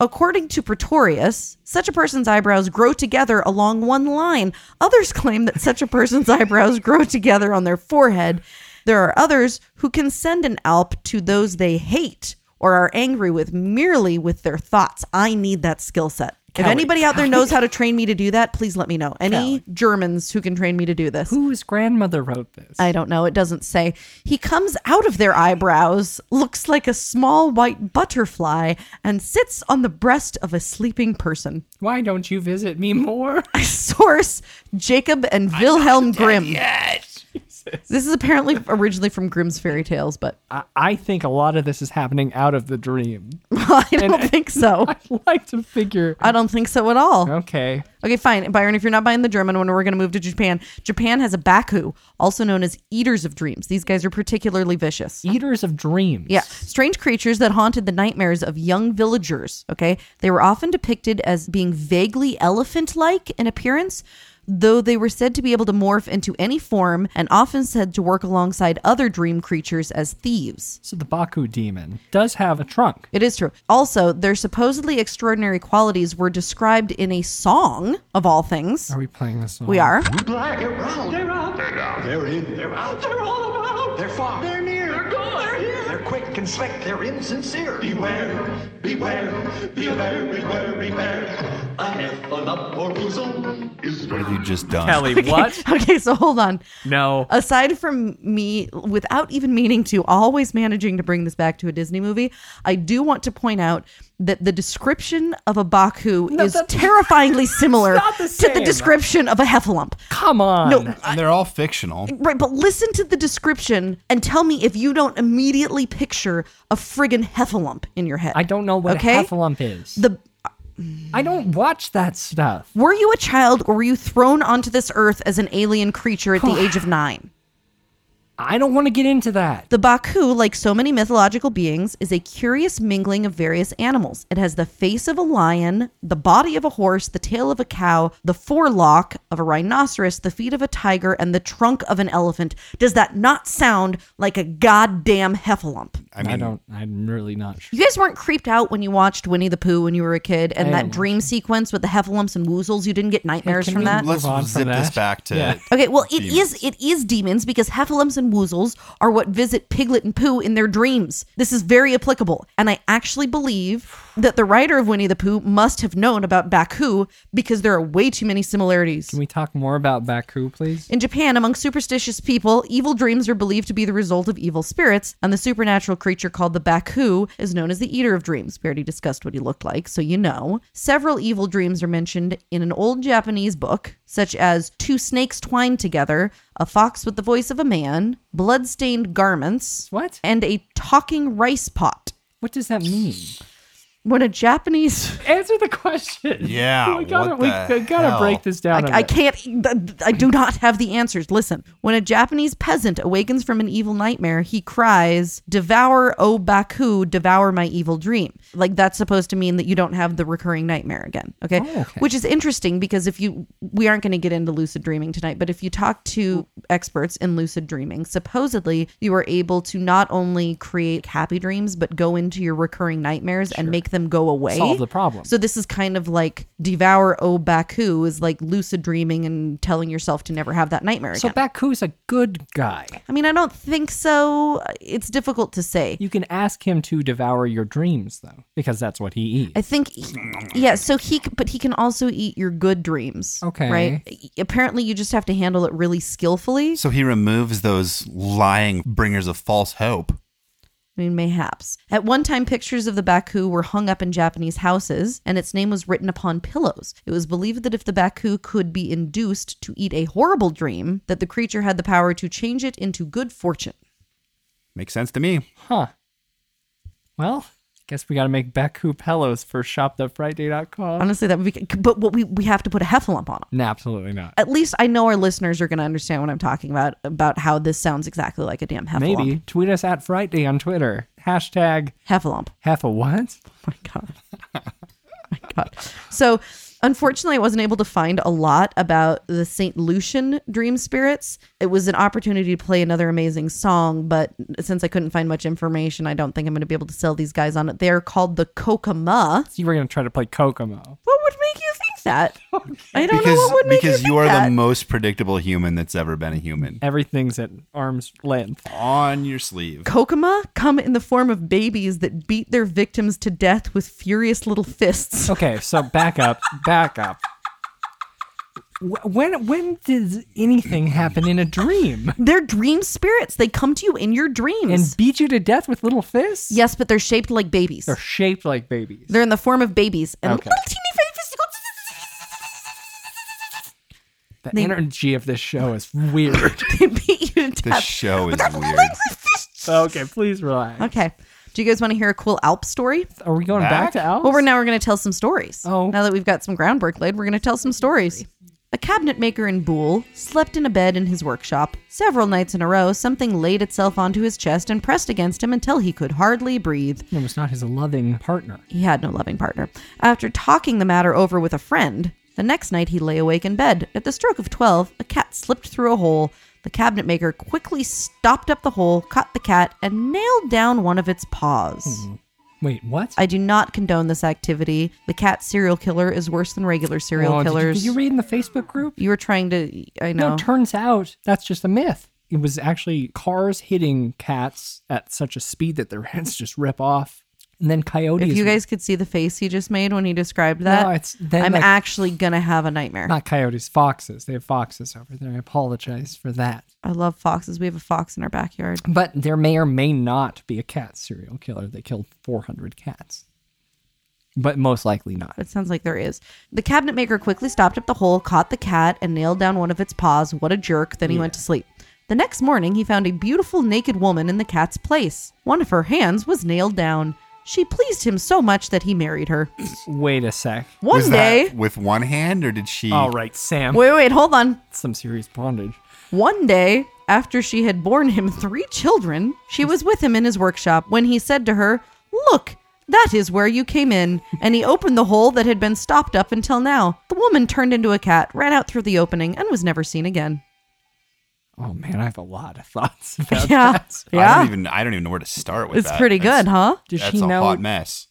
Speaker 5: According to Pretorius, such a person's eyebrows grow together along one line. Others claim that such a person's eyebrows grow together on their forehead. There are others who can send an alp to those they hate or are angry with merely with their thoughts. I need that skill set. If
Speaker 3: Kelly,
Speaker 5: anybody out there knows how to train me to do that, please let me know. Any
Speaker 3: Kelly.
Speaker 5: Germans who can train me to do this.
Speaker 3: Whose grandmother wrote this?
Speaker 5: I don't know. It doesn't say. He comes out of their eyebrows, looks like a small white butterfly, and sits on the breast of a sleeping person.
Speaker 3: Why don't you visit me more?
Speaker 5: Source Jacob and Wilhelm Grimm. This is apparently originally from Grimm's fairy tales, but
Speaker 3: I, I think a lot of this is happening out of the dream.
Speaker 5: I don't think so.
Speaker 3: I like to figure.
Speaker 5: I don't think so at all.
Speaker 3: Okay.
Speaker 5: Okay, fine. Byron, if you're not buying the German one, we're going to move to Japan. Japan has a Baku, also known as Eaters of Dreams. These guys are particularly vicious.
Speaker 3: Eaters of dreams.
Speaker 5: Yeah, strange creatures that haunted the nightmares of young villagers. Okay, they were often depicted as being vaguely elephant like in appearance, though they were said to be able to morph into any form and often said to work alongside other dream creatures as thieves.
Speaker 3: So the Baku demon does have a trunk.
Speaker 5: It is true. Also, their supposedly extraordinary qualities were described in a song, of all things.
Speaker 3: Are we playing this? Song?
Speaker 5: We are.
Speaker 8: Black, you're brown. They're out. They're down. They're in. They're out. They're all about. They're far. They're near. They're gone. They're here. They're quick and slick. They're insincere. Beware. Beware. Beware. Beware. Beware. I have an uppermost. Is
Speaker 4: what have you just done?
Speaker 3: Kelly, what?
Speaker 5: Okay, Uh, so hold on.
Speaker 3: No.
Speaker 5: aside from me without even meaning to always managing to bring this back to a disney movie i do want to point out that the description of a baku is
Speaker 3: that's-
Speaker 5: terrifyingly similar
Speaker 3: not the
Speaker 5: to the
Speaker 3: same.
Speaker 5: description of a heffalump
Speaker 3: Come on.
Speaker 5: no
Speaker 4: And they're all fictional.
Speaker 5: right but listen to the description and tell me if you don't immediately picture a friggin heffalump in your head
Speaker 3: I don't know what
Speaker 5: Okay.
Speaker 3: a heffalump is.
Speaker 5: the
Speaker 3: I don't watch that stuff.
Speaker 5: were you a child or were you thrown onto this earth as an alien creature at the age of nine
Speaker 3: I don't want to get into that.
Speaker 5: The Baku, like so many mythological beings, is a curious mingling of various animals. It has the face of a lion, the body of a horse, the tail of a cow, the forelock of a rhinoceros, the feet of a tiger, and the trunk of an elephant. Does that not sound like a goddamn heffalump?
Speaker 4: I mean,
Speaker 3: I don't. I'm really not sure.
Speaker 5: You guys weren't creeped out when you watched Winnie the Pooh when you were a kid and that
Speaker 3: don't
Speaker 5: dream sequence with the heffalumps and woozles? You didn't get nightmares
Speaker 3: can
Speaker 5: from
Speaker 3: we
Speaker 5: that?
Speaker 4: let's
Speaker 3: Move on
Speaker 4: zip
Speaker 3: from
Speaker 4: this
Speaker 3: that.
Speaker 4: back to.
Speaker 3: Yeah.
Speaker 5: Okay, well, it is
Speaker 4: Demons.
Speaker 5: it is demons because heffalumps and woozles are what visit Piglet and Pooh in their dreams. This is very applicable, and I actually believe that the writer of Winnie the Pooh must have known about Baku because there are way too many similarities.
Speaker 3: Can we talk more about Baku, please?
Speaker 5: In Japan, among superstitious people, evil dreams are believed to be the result of evil spirits, and the supernatural creature called the Baku is known as the Eater of Dreams. We already discussed what he looked like, so you know. Several evil dreams are mentioned in an old Japanese book, such as Two Snakes Twined Together, A Fox with the Voice of a Man, Bloodstained Garments,
Speaker 3: What?
Speaker 5: and A Talking Rice Pot.
Speaker 3: What does that mean?
Speaker 5: When a Japanese.
Speaker 3: Answer the question.
Speaker 4: Yeah,
Speaker 3: We gotta.
Speaker 4: what
Speaker 3: we
Speaker 4: the
Speaker 3: gotta
Speaker 4: hell?
Speaker 3: break this down. a
Speaker 5: I, I
Speaker 3: bit.
Speaker 5: can't. e, th- th- I do not have the answers. Listen, when a Japanese peasant awakens from an evil nightmare, he cries, "Devour, O Baku! Devour my evil dream!" Like that's supposed to mean that you don't have the recurring nightmare again. Okay,
Speaker 3: Oh,
Speaker 5: which is interesting because if you, we aren't going to get into lucid dreaming tonight, but if you talk to experts in lucid dreaming, supposedly you are able to not only create happy dreams but go into your recurring nightmares and make them go away.
Speaker 3: Solve the problem.
Speaker 5: So this is kind of like devour o Baku is like lucid dreaming and telling yourself to never have that nightmare
Speaker 3: So
Speaker 5: again.
Speaker 3: Baku's a good guy.
Speaker 5: I mean, I don't think so. It's difficult to say.
Speaker 3: You can ask him to devour your dreams, though, because that's what he eats.
Speaker 5: I think, he- yeah. So he, c- but he can also eat your good dreams.
Speaker 3: Okay.
Speaker 5: Right. Apparently, you just have to handle it really skillfully.
Speaker 4: So he removes those lying bringers of false hope.
Speaker 5: I mean, mayhaps. At one time, pictures of the Baku were hung up in Japanese houses, and its name was written upon pillows. It was believed that if the Baku could be induced to eat a horrible dream, that the creature had the power to change it into good fortune.
Speaker 4: Makes sense to me.
Speaker 3: Huh. Well, Guess we got to make Baku Pelos for shop.friday.com.
Speaker 5: Honestly, that would be. But what we we have to put a heffalump on 'em.
Speaker 3: No, absolutely not.
Speaker 5: At least I know our listeners are going to understand what I'm talking about about how this sounds exactly like a damn heffalump.
Speaker 3: Maybe tweet us at Friday on Twitter. Hashtag
Speaker 5: heffalump.
Speaker 3: half a what?
Speaker 5: my god. my god. So, unfortunately, I wasn't able to find a lot about the St. Lucian dream spirits. It was an opportunity to play another amazing song, but since I couldn't find much information, I don't think I'm going to be able to sell these guys on it. They're called the Kokama.
Speaker 3: You were going to try to play Kokomo.
Speaker 5: What would make you think that? I don't know
Speaker 4: Because
Speaker 5: what would make
Speaker 4: because
Speaker 5: you,
Speaker 4: you,
Speaker 5: think
Speaker 4: are
Speaker 5: that.
Speaker 4: the most predictable human that's ever been a human.
Speaker 3: Everything's at arm's length.
Speaker 4: On your sleeve.
Speaker 5: Kokama come in the form of babies that beat their victims to death with furious little fists.
Speaker 3: Okay, so back up, back up. Wh- When when does anything happen in a dream
Speaker 5: They're dream spirits. They come to you in your dreams.
Speaker 3: and beat you to death with little fists?
Speaker 5: yes, but they're shaped like babies.
Speaker 3: They're shaped like babies.
Speaker 5: They're in the form of babies and
Speaker 3: Okay.
Speaker 5: little teeny babies
Speaker 3: the
Speaker 5: they-
Speaker 3: energy of this show is weird.
Speaker 5: go. They beat you
Speaker 4: This
Speaker 5: to death.
Speaker 4: show is weird.
Speaker 3: okay, please relax.
Speaker 5: okay. Do you guys want to hear a cool Alp story?
Speaker 3: Are we going back,
Speaker 4: Back?
Speaker 3: to Alice?
Speaker 5: Well, we're now we're going to tell some stories.
Speaker 3: Oh.
Speaker 5: Now that we've got some groundwork laid, we're going to tell some stories. A cabinet maker in Boole slept in a bed in his workshop. Several nights in a row, something laid itself onto his chest and pressed against him until he could hardly breathe.
Speaker 3: It was not his loving partner.
Speaker 5: He had no loving partner. After talking the matter over with a friend, the next night he lay awake in bed. At the stroke of 12, a cat slipped through a hole. The cabinet maker quickly stopped up the hole, caught the cat, and nailed down one of its paws.
Speaker 3: Wait, what?
Speaker 5: I do not condone this activity. The cat serial killer is worse than regular serial
Speaker 3: Oh, did you-
Speaker 5: killers.
Speaker 3: Did you, read in the Facebook group?
Speaker 5: You were trying to, I know.
Speaker 3: No, turns out that's just a myth. It was actually cars hitting cats at such a speed that their heads just rip off. And then coyotes.
Speaker 5: if you guys could see the face he just made when he described that,
Speaker 3: No, it's then
Speaker 5: I'm
Speaker 3: like-
Speaker 5: actually going to have a nightmare.
Speaker 3: not coyotes, foxes. They have foxes over there. I apologize for that.
Speaker 5: I love foxes. We have a fox in our backyard.
Speaker 3: But there may or may not be a cat serial killer. They killed 400 cats. But most likely not.
Speaker 5: It sounds like there is. The cabinet maker quickly stopped up the hole, caught the cat, and nailed down one of its paws. What a jerk. Then he went to sleep. The next morning, he found a beautiful naked woman in the cat's place. One of her hands was nailed down. She pleased him so much that he married her.
Speaker 3: Wait a sec.
Speaker 5: One
Speaker 4: Was
Speaker 5: day.
Speaker 4: that with one hand or did she
Speaker 3: All right, Sam.
Speaker 5: Wait, wait, hold on.
Speaker 3: Some serious bondage.
Speaker 5: One day, after she had borne him three children, she was with him in his workshop when he said to her, Look, that is where you came in. And he opened the hole that had been stopped up until now. The woman turned into a cat, ran out through the opening, and was never seen again.
Speaker 3: Oh man, I have a lot of thoughts about
Speaker 5: Yeah.
Speaker 3: that.
Speaker 4: I
Speaker 5: Yeah.
Speaker 4: don't even I don't even know where to start with
Speaker 5: It's
Speaker 4: that.
Speaker 5: pretty
Speaker 4: That's-
Speaker 5: good, huh?
Speaker 3: Did
Speaker 4: That's
Speaker 3: she
Speaker 4: a
Speaker 3: know? Mm.
Speaker 4: hot mess.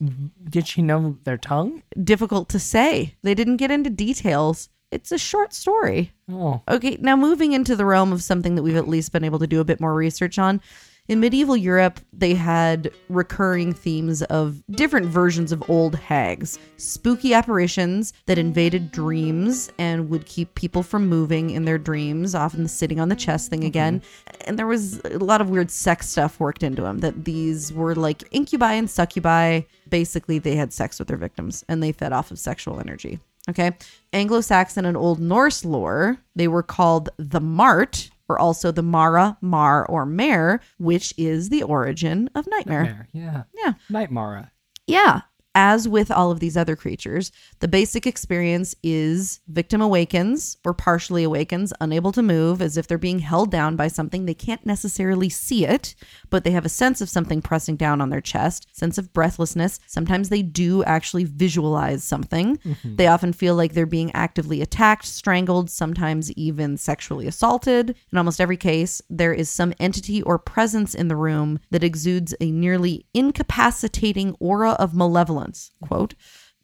Speaker 3: Did she know their tongue?
Speaker 5: Difficult to say. They didn't get into details. It's a short story.
Speaker 3: Oh,
Speaker 5: Okay, now moving into the realm of something that we've at least been able to do a bit more research on. In medieval Europe, they had recurring themes of different versions of old hags, spooky apparitions that invaded dreams and would keep people from moving in their dreams, often the sitting on the chest thing again. And there was a lot of weird sex stuff worked into them, that these were like incubi and succubi. Basically, they had sex with their victims and they fed off of sexual energy. Okay. Anglo Saxon and Old Norse lore, they were called the Mart, or also the Mara, Mar, or Mare, which is the origin of nightmare.
Speaker 3: there. Yeah.
Speaker 5: Yeah.
Speaker 3: Night Mara.
Speaker 5: Yeah. As with all of these other creatures, the basic experience is victim awakens or partially awakens, unable to move, as if they're being held down by something. They can't necessarily see it, but they have a sense of something pressing down on their chest, sense of breathlessness. Sometimes they do actually visualize something. They often feel like they're being actively attacked, strangled, sometimes even sexually assaulted. In almost every case, there is some entity or presence in the room that exudes a nearly incapacitating aura of malevolence. Quote.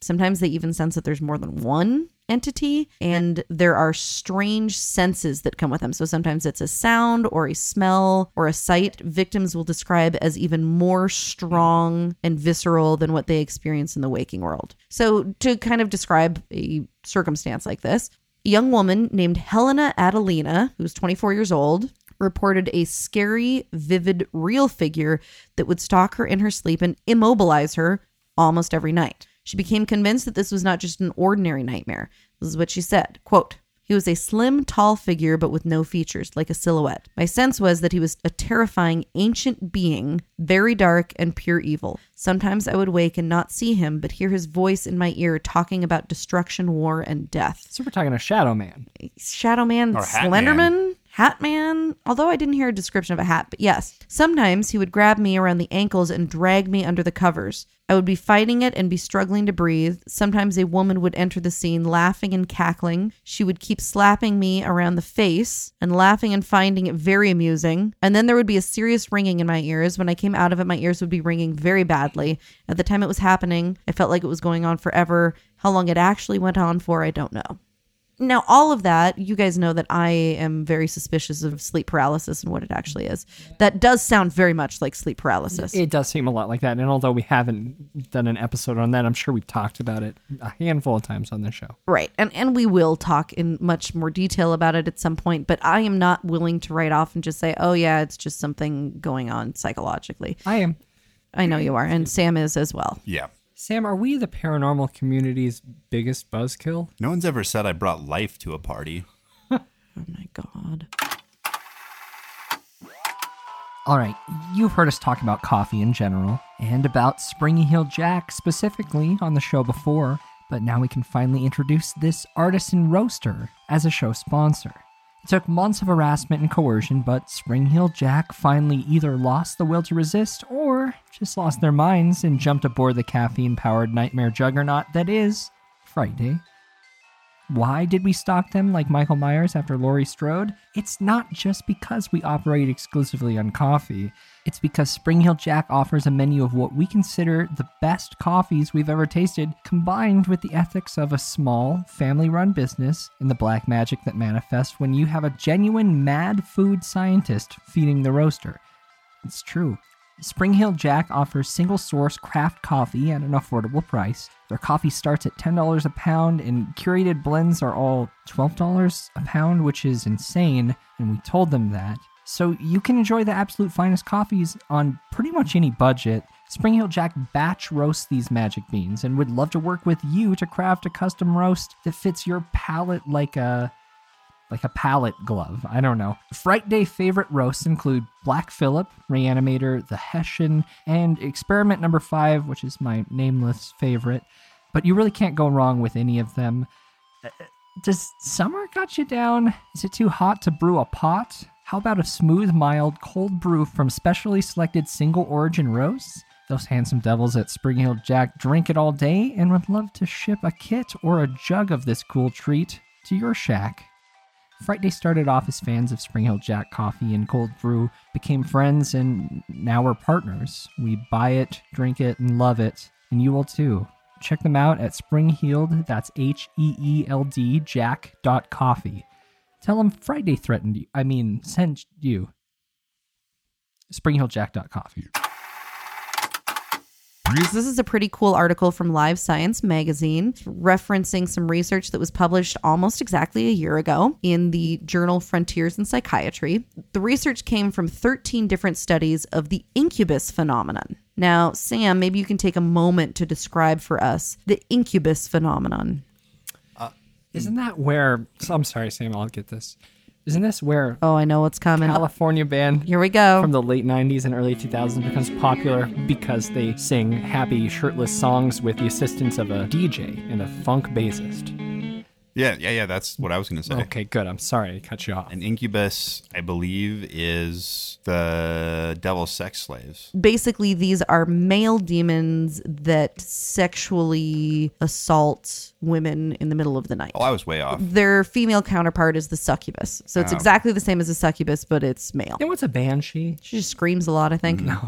Speaker 5: Sometimes they even sense that there's more than one entity and there are strange senses that come with them. So sometimes it's a sound or a smell or a sight victims will describe as even more strong and visceral than what they experience in the waking world. So to kind of describe a circumstance like this, a young woman named Helena Adelina, who's 24 years old, reported a scary, vivid, real figure that would stalk her in her sleep and immobilize her almost every night. She became convinced that this was not just an ordinary nightmare. This is what she said. Quote, He was a slim, tall figure, but with no features, like a silhouette. My sense was that he was a terrifying ancient being, very dark and pure evil. Sometimes I would wake and not see him, but hear his voice in my ear talking about destruction, war, and death.
Speaker 9: So we're talking a shadow man.
Speaker 5: Shadow Man,
Speaker 4: Or Hat
Speaker 5: Slenderman,
Speaker 4: Man.
Speaker 5: Hat Man. Although I didn't hear a description of a hat, but yes. Sometimes he would grab me around the ankles and drag me under the covers. I would be fighting it and be struggling to breathe. Sometimes a woman would enter the scene laughing and cackling. She would keep slapping me around the face and laughing and finding it very amusing. And then there would be a serious ringing in my ears. When I came out of it, my ears would be ringing very badly. At the time it was happening, I felt like it was going on forever. How long it actually went on for, I don't know. Now, all of that, you guys know that I am very suspicious of sleep paralysis and what it actually is. That does sound very much like sleep paralysis.
Speaker 9: It does seem a lot like that. And although we haven't done an episode on that, I'm sure we've talked about it a handful of times on this show.
Speaker 5: right. And and we will talk in much more detail about it at some point, but I am not willing to write off and just say, "Oh yeah, it's just something going on psychologically."
Speaker 9: I am.
Speaker 5: I know you are, and Sam is as well.
Speaker 4: Yeah.
Speaker 9: Sam, are we the paranormal community's biggest buzzkill?
Speaker 4: No one's ever said I brought life to a party.
Speaker 5: Oh my god.
Speaker 3: All right, you've heard us talk about coffee in general and about Springy Hill Jack specifically on the show before, but now we can finally introduce this artisan roaster as a show sponsor. It took months of harassment and coercion, but Spring Hill Jack finally either lost the will to resist or just lost their minds and jumped aboard the caffeine powered nightmare juggernaut that is Friday. Why did we stalk them like Michael Myers after Laurie Strode? It's not just because we operate exclusively on coffee. It's because Spring Hill Jack offers a menu of what we consider the best coffees we've ever tasted, combined with the ethics of a small, family run business and the black magic that manifests when you have a genuine mad food scientist feeding the roaster. It's true. Spring Hill Jack offers single source craft coffee at an affordable price. Their coffee starts at $10 a pound, and curated blends are all $12 a pound, which is insane, and we told them that. So you can enjoy the absolute finest coffees on pretty much any budget. Spring Hill Jack batch roasts these magic beans and would love to work with you to craft a custom roast that fits your palate like a like a palette glove. I don't know. Fright Day favorite roasts include Black Phillip, Reanimator, The Hessian, and Experiment Number Five, which is my nameless favorite. But you really can't go wrong with any of them. Uh, Does summer got you down? Is it too hot to brew a pot? How about a smooth, mild cold brew from specially selected single origin roasts? Those handsome devils at Spring Hill Jack drink it all day and would love to ship a kit or a jug of this cool treat to your shack. Fright Day started off as fans of Spring Hill Jack coffee and cold brew, became friends, and now we're partners. We buy it, drink it, and love it, and you will too. Check them out at Springheeled, that's H E E L D, Jack dot coffee. Tell them Friday threatened you, I mean, sent you. Springheeljack dot coffee.
Speaker 5: This is a pretty cool article from Live Science magazine referencing some research that was published almost exactly a year ago in the journal Frontiers in Psychiatry. The research came from 13 different studies of the incubus phenomenon. Now, Sam, maybe you can take a moment to describe for us the incubus phenomenon.
Speaker 9: Isn't that where? so I'm sorry, Sam. I'll get this. Isn't this where
Speaker 5: Oh, I know what's coming.
Speaker 9: California band
Speaker 5: Here we
Speaker 3: Oh.
Speaker 5: go.
Speaker 9: from the late 90s and early 2000s becomes popular because they sing happy shirtless songs with the assistance of a DJ and a funk bassist.
Speaker 4: Yeah, yeah, yeah. That's what I was going to say.
Speaker 9: Okay, good. I'm sorry I cut you off.
Speaker 4: An incubus, I believe, is the devil's sex slaves.
Speaker 5: basically these are male demons that sexually assault women in the middle of the night.
Speaker 4: Oh, I was way off.
Speaker 5: Their female counterpart is the succubus. So it's exactly the same as a succubus, but it's male.
Speaker 9: You know what's a banshee?
Speaker 5: She just screams a lot, I think.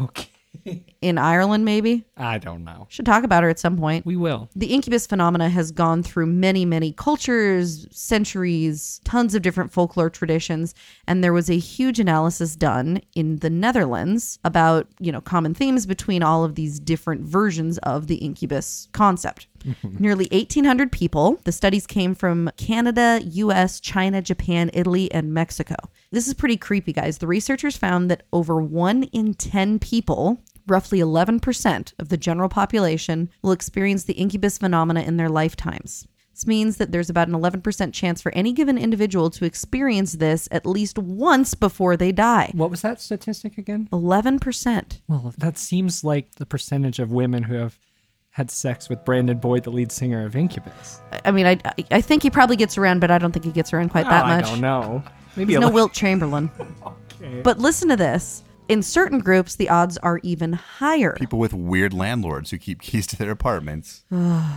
Speaker 9: Okay.
Speaker 5: In Ireland, maybe.
Speaker 9: I don't know.
Speaker 5: Should talk about her at some point.
Speaker 9: We will.
Speaker 5: The incubus phenomena has gone through many, many cultures, centuries, tons of different folklore traditions, and there was a huge analysis done in the Netherlands about, you know, common themes between all of these different versions of the incubus concept. Nearly 1800 people. The studies came from Canada, US, China, Japan, Italy, and Mexico. This is pretty creepy, guys. The researchers found that over 1 in 10 people roughly 11% of the general population will experience the incubus phenomena in their lifetimes. This means that there's about an 11% chance for any given individual to experience this at least once before they die.
Speaker 3: What was that statistic again?
Speaker 5: 11%.
Speaker 3: Well, that seems like the percentage of women who have had sex with Brandon Boyd, the lead singer of Incubus.
Speaker 5: I- I mean, I, I- I think he probably gets around, but I don't think he gets around quite that
Speaker 3: Oh,
Speaker 5: much.
Speaker 3: I don't know. Maybe
Speaker 5: He's
Speaker 3: a
Speaker 5: no
Speaker 3: li-
Speaker 5: Wilt Chamberlain. But listen to this. In certain groups, the odds are even higher.
Speaker 4: People with weird landlords who keep keys to their apartments.
Speaker 3: Oh,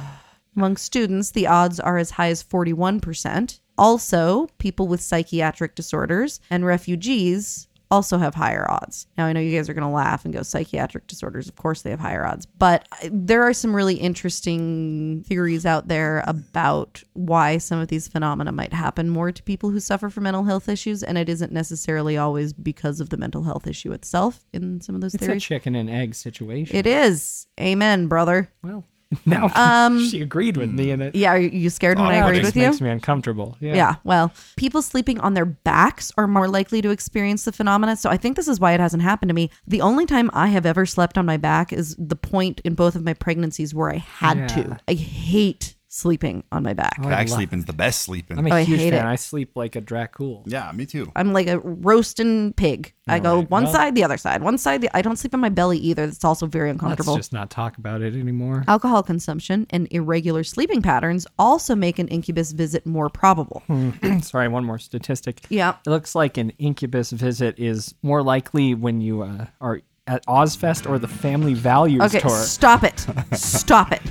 Speaker 5: Among students, the odds are as high as 41%. Also, people with psychiatric disorders and refugees also have higher odds. Now, I know you guys are going to laugh and go, psychiatric disorders, of course they have higher odds. But I- there are some really interesting theories out there about why some of these phenomena might happen more to people who suffer from mental health issues. And it isn't necessarily always because of the mental health issue itself in some of those
Speaker 3: it's a
Speaker 5: theories.
Speaker 3: chicken and egg situation.
Speaker 5: it is. Amen, brother.
Speaker 3: well, now she agreed with me, and it
Speaker 5: Yeah, are you- you scared when I
Speaker 3: now it
Speaker 5: agreed
Speaker 3: just
Speaker 5: with you?
Speaker 3: makes me uncomfortable. Yeah.
Speaker 5: Yeah. Well, people sleeping on their backs are more likely to experience the phenomena. So I think this is why it hasn't happened to me. The only time I have ever slept on my back is the point in both of my pregnancies where I had to. I hate sleeping on my back.
Speaker 4: Back sleeping's the best sleeping.
Speaker 3: I'm a
Speaker 5: Oh, I
Speaker 3: huge
Speaker 5: hate
Speaker 3: fan.
Speaker 5: it.
Speaker 3: I sleep like a Dracul.
Speaker 4: yeah, me too.
Speaker 5: I'm like a roasting pig. I go one side, the other side, one side. The, I don't sleep on my belly either. That's also very
Speaker 3: Let's
Speaker 5: uncomfortable. Oh.
Speaker 3: just not talk about it anymore.
Speaker 5: Alcohol consumption and irregular sleeping patterns also make an incubus visit more probable.
Speaker 3: Sorry, one more statistic.
Speaker 5: Yeah.
Speaker 3: It looks like an incubus visit is more likely when you uh, are at Ozfest or the Family Values
Speaker 5: Okay,
Speaker 3: Tour.
Speaker 5: stop it. stop it.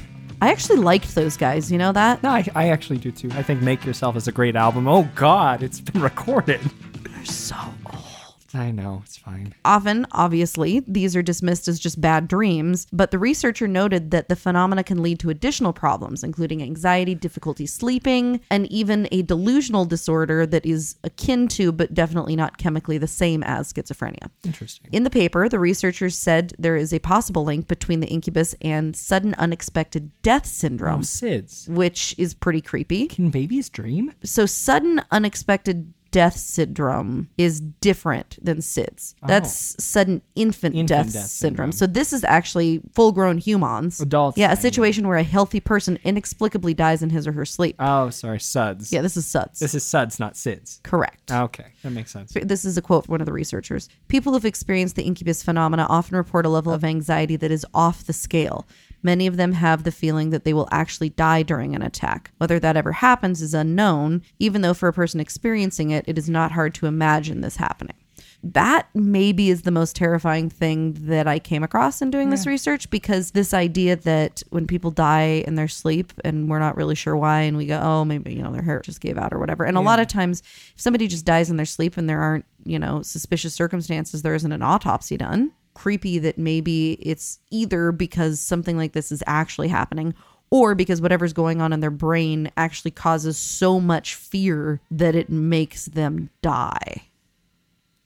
Speaker 5: I actually liked those guys. You know that?
Speaker 3: No, I, I actually do too. I think Make Yourself is a great album. Oh, God, it's been recorded.
Speaker 5: So
Speaker 3: I know, it's fine.
Speaker 5: often, obviously, these are dismissed as just bad dreams, but the researcher noted that the phenomena can lead to additional problems, including anxiety, difficulty sleeping, and even a delusional disorder that is akin to, but definitely not chemically the same as schizophrenia.
Speaker 3: Interesting.
Speaker 5: In the paper, the researchers said there is a possible link between the incubus and sudden unexpected death syndrome,
Speaker 3: SIDS.
Speaker 5: which is pretty creepy.
Speaker 3: Can babies dream?
Speaker 5: so sudden unexpected death syndrome is different than SIDS. That's sudden infant,
Speaker 3: Oh. Infant
Speaker 5: death,
Speaker 3: death
Speaker 5: syndrome. So this is actually full grown humans.
Speaker 3: Adults,
Speaker 5: Yeah,
Speaker 3: I
Speaker 5: a
Speaker 3: mean.
Speaker 5: situation where a healthy person inexplicably dies in his or her sleep.
Speaker 3: Oh, sorry, SUDS.
Speaker 5: yeah, this is SUDS.
Speaker 3: This is SUDS, not SIDS.
Speaker 5: correct.
Speaker 3: Okay, that makes sense.
Speaker 5: This is a quote from one of the researchers. People who've experienced the incubus phenomena often report a level of anxiety that is off the scale. Many of them have the feeling that they will actually die during an attack. Whether that ever happens is unknown, even though for a person experiencing it, it is not hard to imagine this happening. That maybe is the most terrifying thing that I came across in doing this research because this idea that when people die in their sleep and we're not really sure why, and we go, oh, maybe, you know, their hair just gave out or whatever. And a lot of times, if somebody just dies in their sleep and there aren't, you know, suspicious circumstances, there isn't an autopsy done. Creepy that maybe it's either because something like this is actually happening or because whatever's going on in their brain actually causes so much fear that it makes them die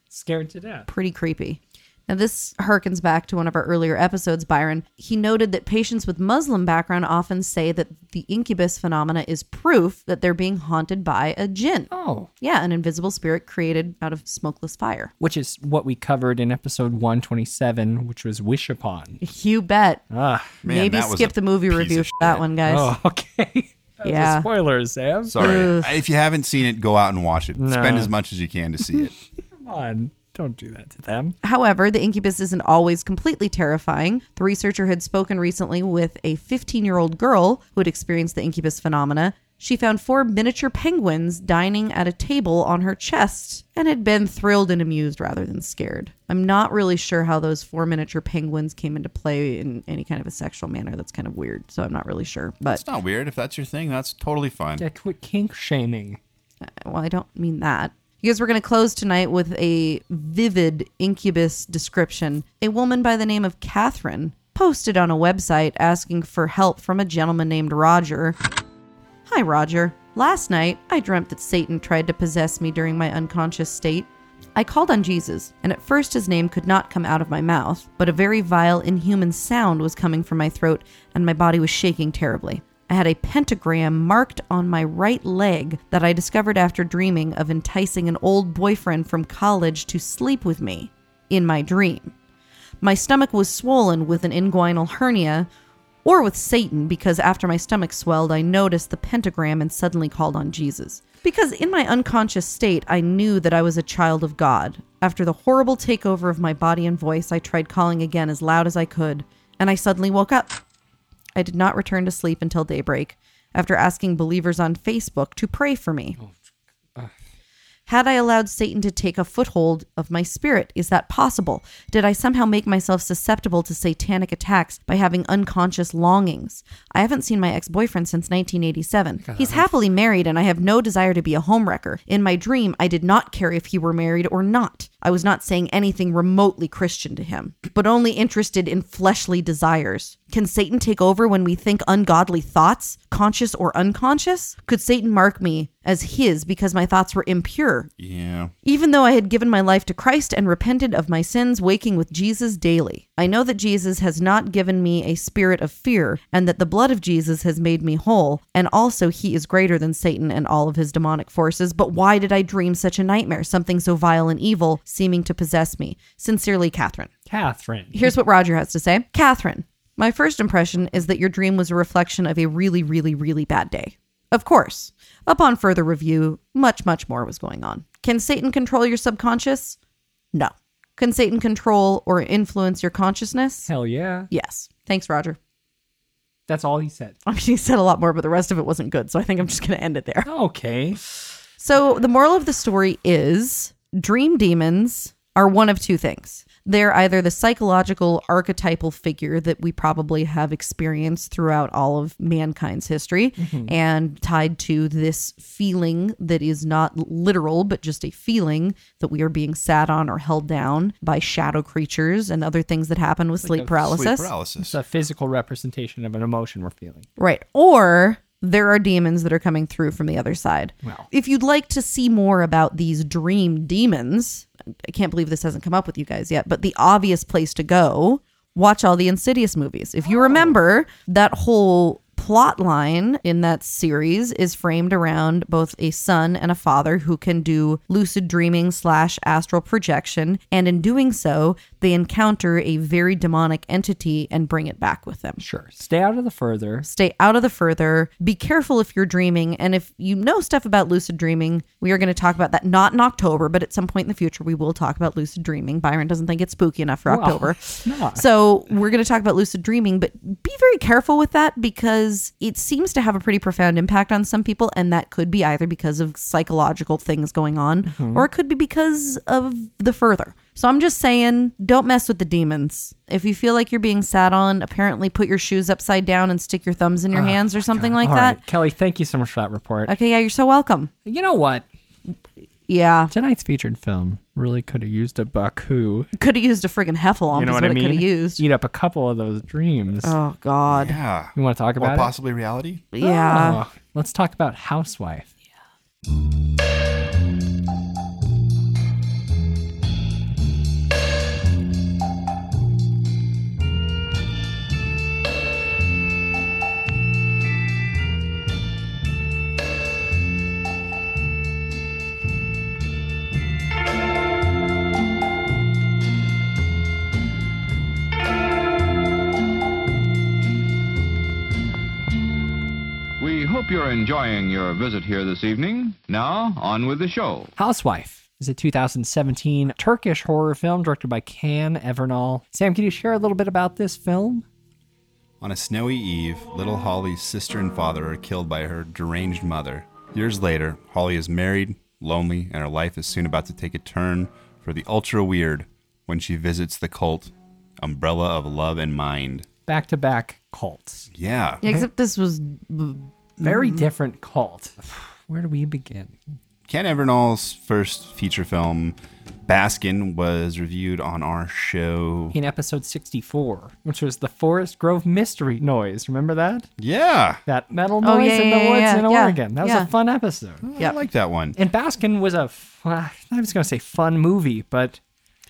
Speaker 3: Scared to death.
Speaker 5: pretty creepy. Now, this harkens back to one of our earlier episodes, Byron. He noted that patients with Muslim background often say that the incubus phenomena is proof that they're being haunted by a jinn.
Speaker 3: Oh.
Speaker 5: Yeah, an invisible spirit created out of smokeless fire.
Speaker 3: Which is what we covered in episode 127, which was Wish Upon.
Speaker 5: You bet.
Speaker 4: Ah, Man,
Speaker 5: Maybe
Speaker 4: that was
Speaker 5: skip
Speaker 4: a
Speaker 5: the movie
Speaker 4: piece
Speaker 5: review
Speaker 4: of
Speaker 5: for that
Speaker 4: shit.
Speaker 5: one, guys.
Speaker 3: Oh, okay. That was a
Speaker 5: Yeah.
Speaker 3: spoiler, Sam.
Speaker 4: Sorry. If you haven't seen it, go out and watch it. Spend as much as you can to see it.
Speaker 3: Come on. Don't do that to them.
Speaker 5: However, the incubus isn't always completely terrifying. The researcher had spoken recently with a 15 year old girl who had experienced the incubus phenomena. She found four miniature penguins dining at a table on her chest and had been thrilled and amused rather than scared. I'm not really sure how those four miniature penguins came into play in any kind of a sexual manner. That's kind of weird. So I'm not really sure. But,
Speaker 4: It's not weird. If that's your thing, that's totally fine.
Speaker 3: Yeah, quit kink shaming.
Speaker 5: well, I don't mean that. You guys, we're going to close tonight with a vivid incubus description. A woman by the name of Catherine posted on a website asking for help from a gentleman named Roger. Hi, Roger. Last night, I dreamt that Satan tried to possess me during my unconscious state. I called on Jesus, and at first his name could not come out of my mouth, but a very vile, inhuman sound was coming from my throat, and my body was shaking terribly. I had a pentagram marked on my right leg that I discovered after dreaming of enticing an old boyfriend from college to sleep with me in my dream. My stomach was swollen with an inguinal hernia, or with Satan, because after my stomach swelled, I noticed the pentagram and suddenly called on Jesus. Because in my unconscious state, I knew that I was a child of God. After the horrible takeover of my body and voice, I tried calling again as loud as I could, and I suddenly woke up. I did not return to sleep until daybreak after asking believers on Facebook to pray for me. Had I allowed Satan to take a foothold of my spirit? Is that possible? Did I somehow make myself susceptible to satanic attacks by having unconscious longings? I haven't seen my ex boyfriend since 1987. He's happily married, and I have no desire to be a homewrecker. In my dream, I did not care if he were married or not. I was not saying anything remotely Christian to him, but only interested in fleshly desires. Can Satan take over when we think ungodly thoughts, conscious or unconscious? Could Satan mark me as his because my thoughts were impure?
Speaker 4: Yeah.
Speaker 5: Even though I had given my life to Christ and repented of my sins, waking with Jesus daily, I know that Jesus has not given me a spirit of fear, and that the blood of Jesus has made me whole, and also he is greater than Satan and all of his demonic forces. But why did I dream such a nightmare, something so vile and evil seeming to possess me? Sincerely, Catherine.
Speaker 3: Catherine.
Speaker 5: Here's what Roger has to say Catherine, my first impression is that your dream was a reflection of a really, really, really bad day. Of course. Upon further review, much, much more was going on. Can Satan control your subconscious? No. Can Satan control or influence your consciousness?
Speaker 3: Hell yeah.
Speaker 5: Yes. Thanks, Roger.
Speaker 3: That's all he said.
Speaker 5: I mean, he said a lot more, but the rest of it wasn't good, so I think I'm just going to end it there.
Speaker 3: Okay.
Speaker 5: So, the moral of the story is dream demons are one of two things. They're either the psychological archetypal figure that we probably have experienced throughout all of mankind's history and tied to this feeling that is not literal, but just a feeling that we are being sat on or held down by shadow creatures and other things that happen with sleep
Speaker 4: Sleep
Speaker 5: paralysis.
Speaker 4: paralysis.
Speaker 3: It's a physical representation of an emotion we're feeling.
Speaker 5: Right. Or there are demons that are coming through from the other side.
Speaker 3: Wow.
Speaker 5: If you'd like to see more about these dream demons, I can't believe this hasn't come up with you guys yet, but the obvious place to go, watch all the Insidious movies. If you remember, that whole plot line in that series is framed around both a son and a father who can do lucid dreaming slash astral projection and in doing so they encounter a very demonic entity and bring it back with them
Speaker 3: Sure. Stay out of the further.
Speaker 5: stay out of the further be careful if you're dreaming and if you know stuff about lucid dreaming we are going to talk about that not in october but at some point in the future we will talk about lucid dreaming byron doesn't think it's spooky enough for october so we're going to talk about lucid dreaming but be very careful with that because it seems to have a pretty profound impact on some people and that could be either because of psychological things going on
Speaker 3: Mm-hmm.
Speaker 5: or it could be because of the further so I'm just saying, don't mess with the demons. If you feel like you're being sat on, apparently put your shoes upside down and stick your thumbs in your hands or something like
Speaker 3: Ah, All
Speaker 5: that.
Speaker 3: right, Kelly, thank you so much for that report.
Speaker 5: Okay, yeah, you're so welcome.
Speaker 3: You know what?
Speaker 5: Yeah.
Speaker 3: Tonight's featured film really could have used a Baku.
Speaker 5: Could have used a friggin' heffalump
Speaker 3: You know
Speaker 5: is
Speaker 3: what
Speaker 5: what
Speaker 3: I
Speaker 5: it could
Speaker 3: mean?
Speaker 5: have used.
Speaker 3: Eat up a couple of those dreams.
Speaker 5: Oh God.
Speaker 4: yeah.
Speaker 3: you want to talk
Speaker 4: Or
Speaker 3: about
Speaker 4: possibly reality?
Speaker 5: Yeah.
Speaker 3: it? Oh, let's talk about Housewife.
Speaker 10: We hope you're enjoying your visit here this evening. Now, on with the show.
Speaker 3: Housewife is a 2017 Turkish horror film directed by Can Evernal. Sam, can you share a little bit about this film?
Speaker 4: On a snowy eve, little Holly's sister and father are killed by her deranged mother. Years later, Holly is married, lonely, and her life is soon about to take a turn for the ultra weird when she visits the cult Umbrella of Love and Mind.
Speaker 3: Back to back cults.
Speaker 4: Yeah.
Speaker 5: Except this was
Speaker 3: Very
Speaker 5: Mm-hmm.
Speaker 3: different cult. Where do we begin?
Speaker 4: Ken Evernall's first feature film, Baskin, was reviewed on our show.
Speaker 3: In episode 64, which was the Forest Grove mystery noise. Remember that?
Speaker 4: Yeah.
Speaker 3: That metal
Speaker 5: Oh,
Speaker 3: noise
Speaker 5: yeah,
Speaker 3: in the
Speaker 5: yeah, yeah,
Speaker 3: woods
Speaker 5: yeah,
Speaker 3: in
Speaker 5: yeah,
Speaker 3: Oregon. That was
Speaker 5: yeah.
Speaker 3: a fun episode.
Speaker 4: I like that one.
Speaker 3: And Baskin was a, f- I was going to say fun movie, but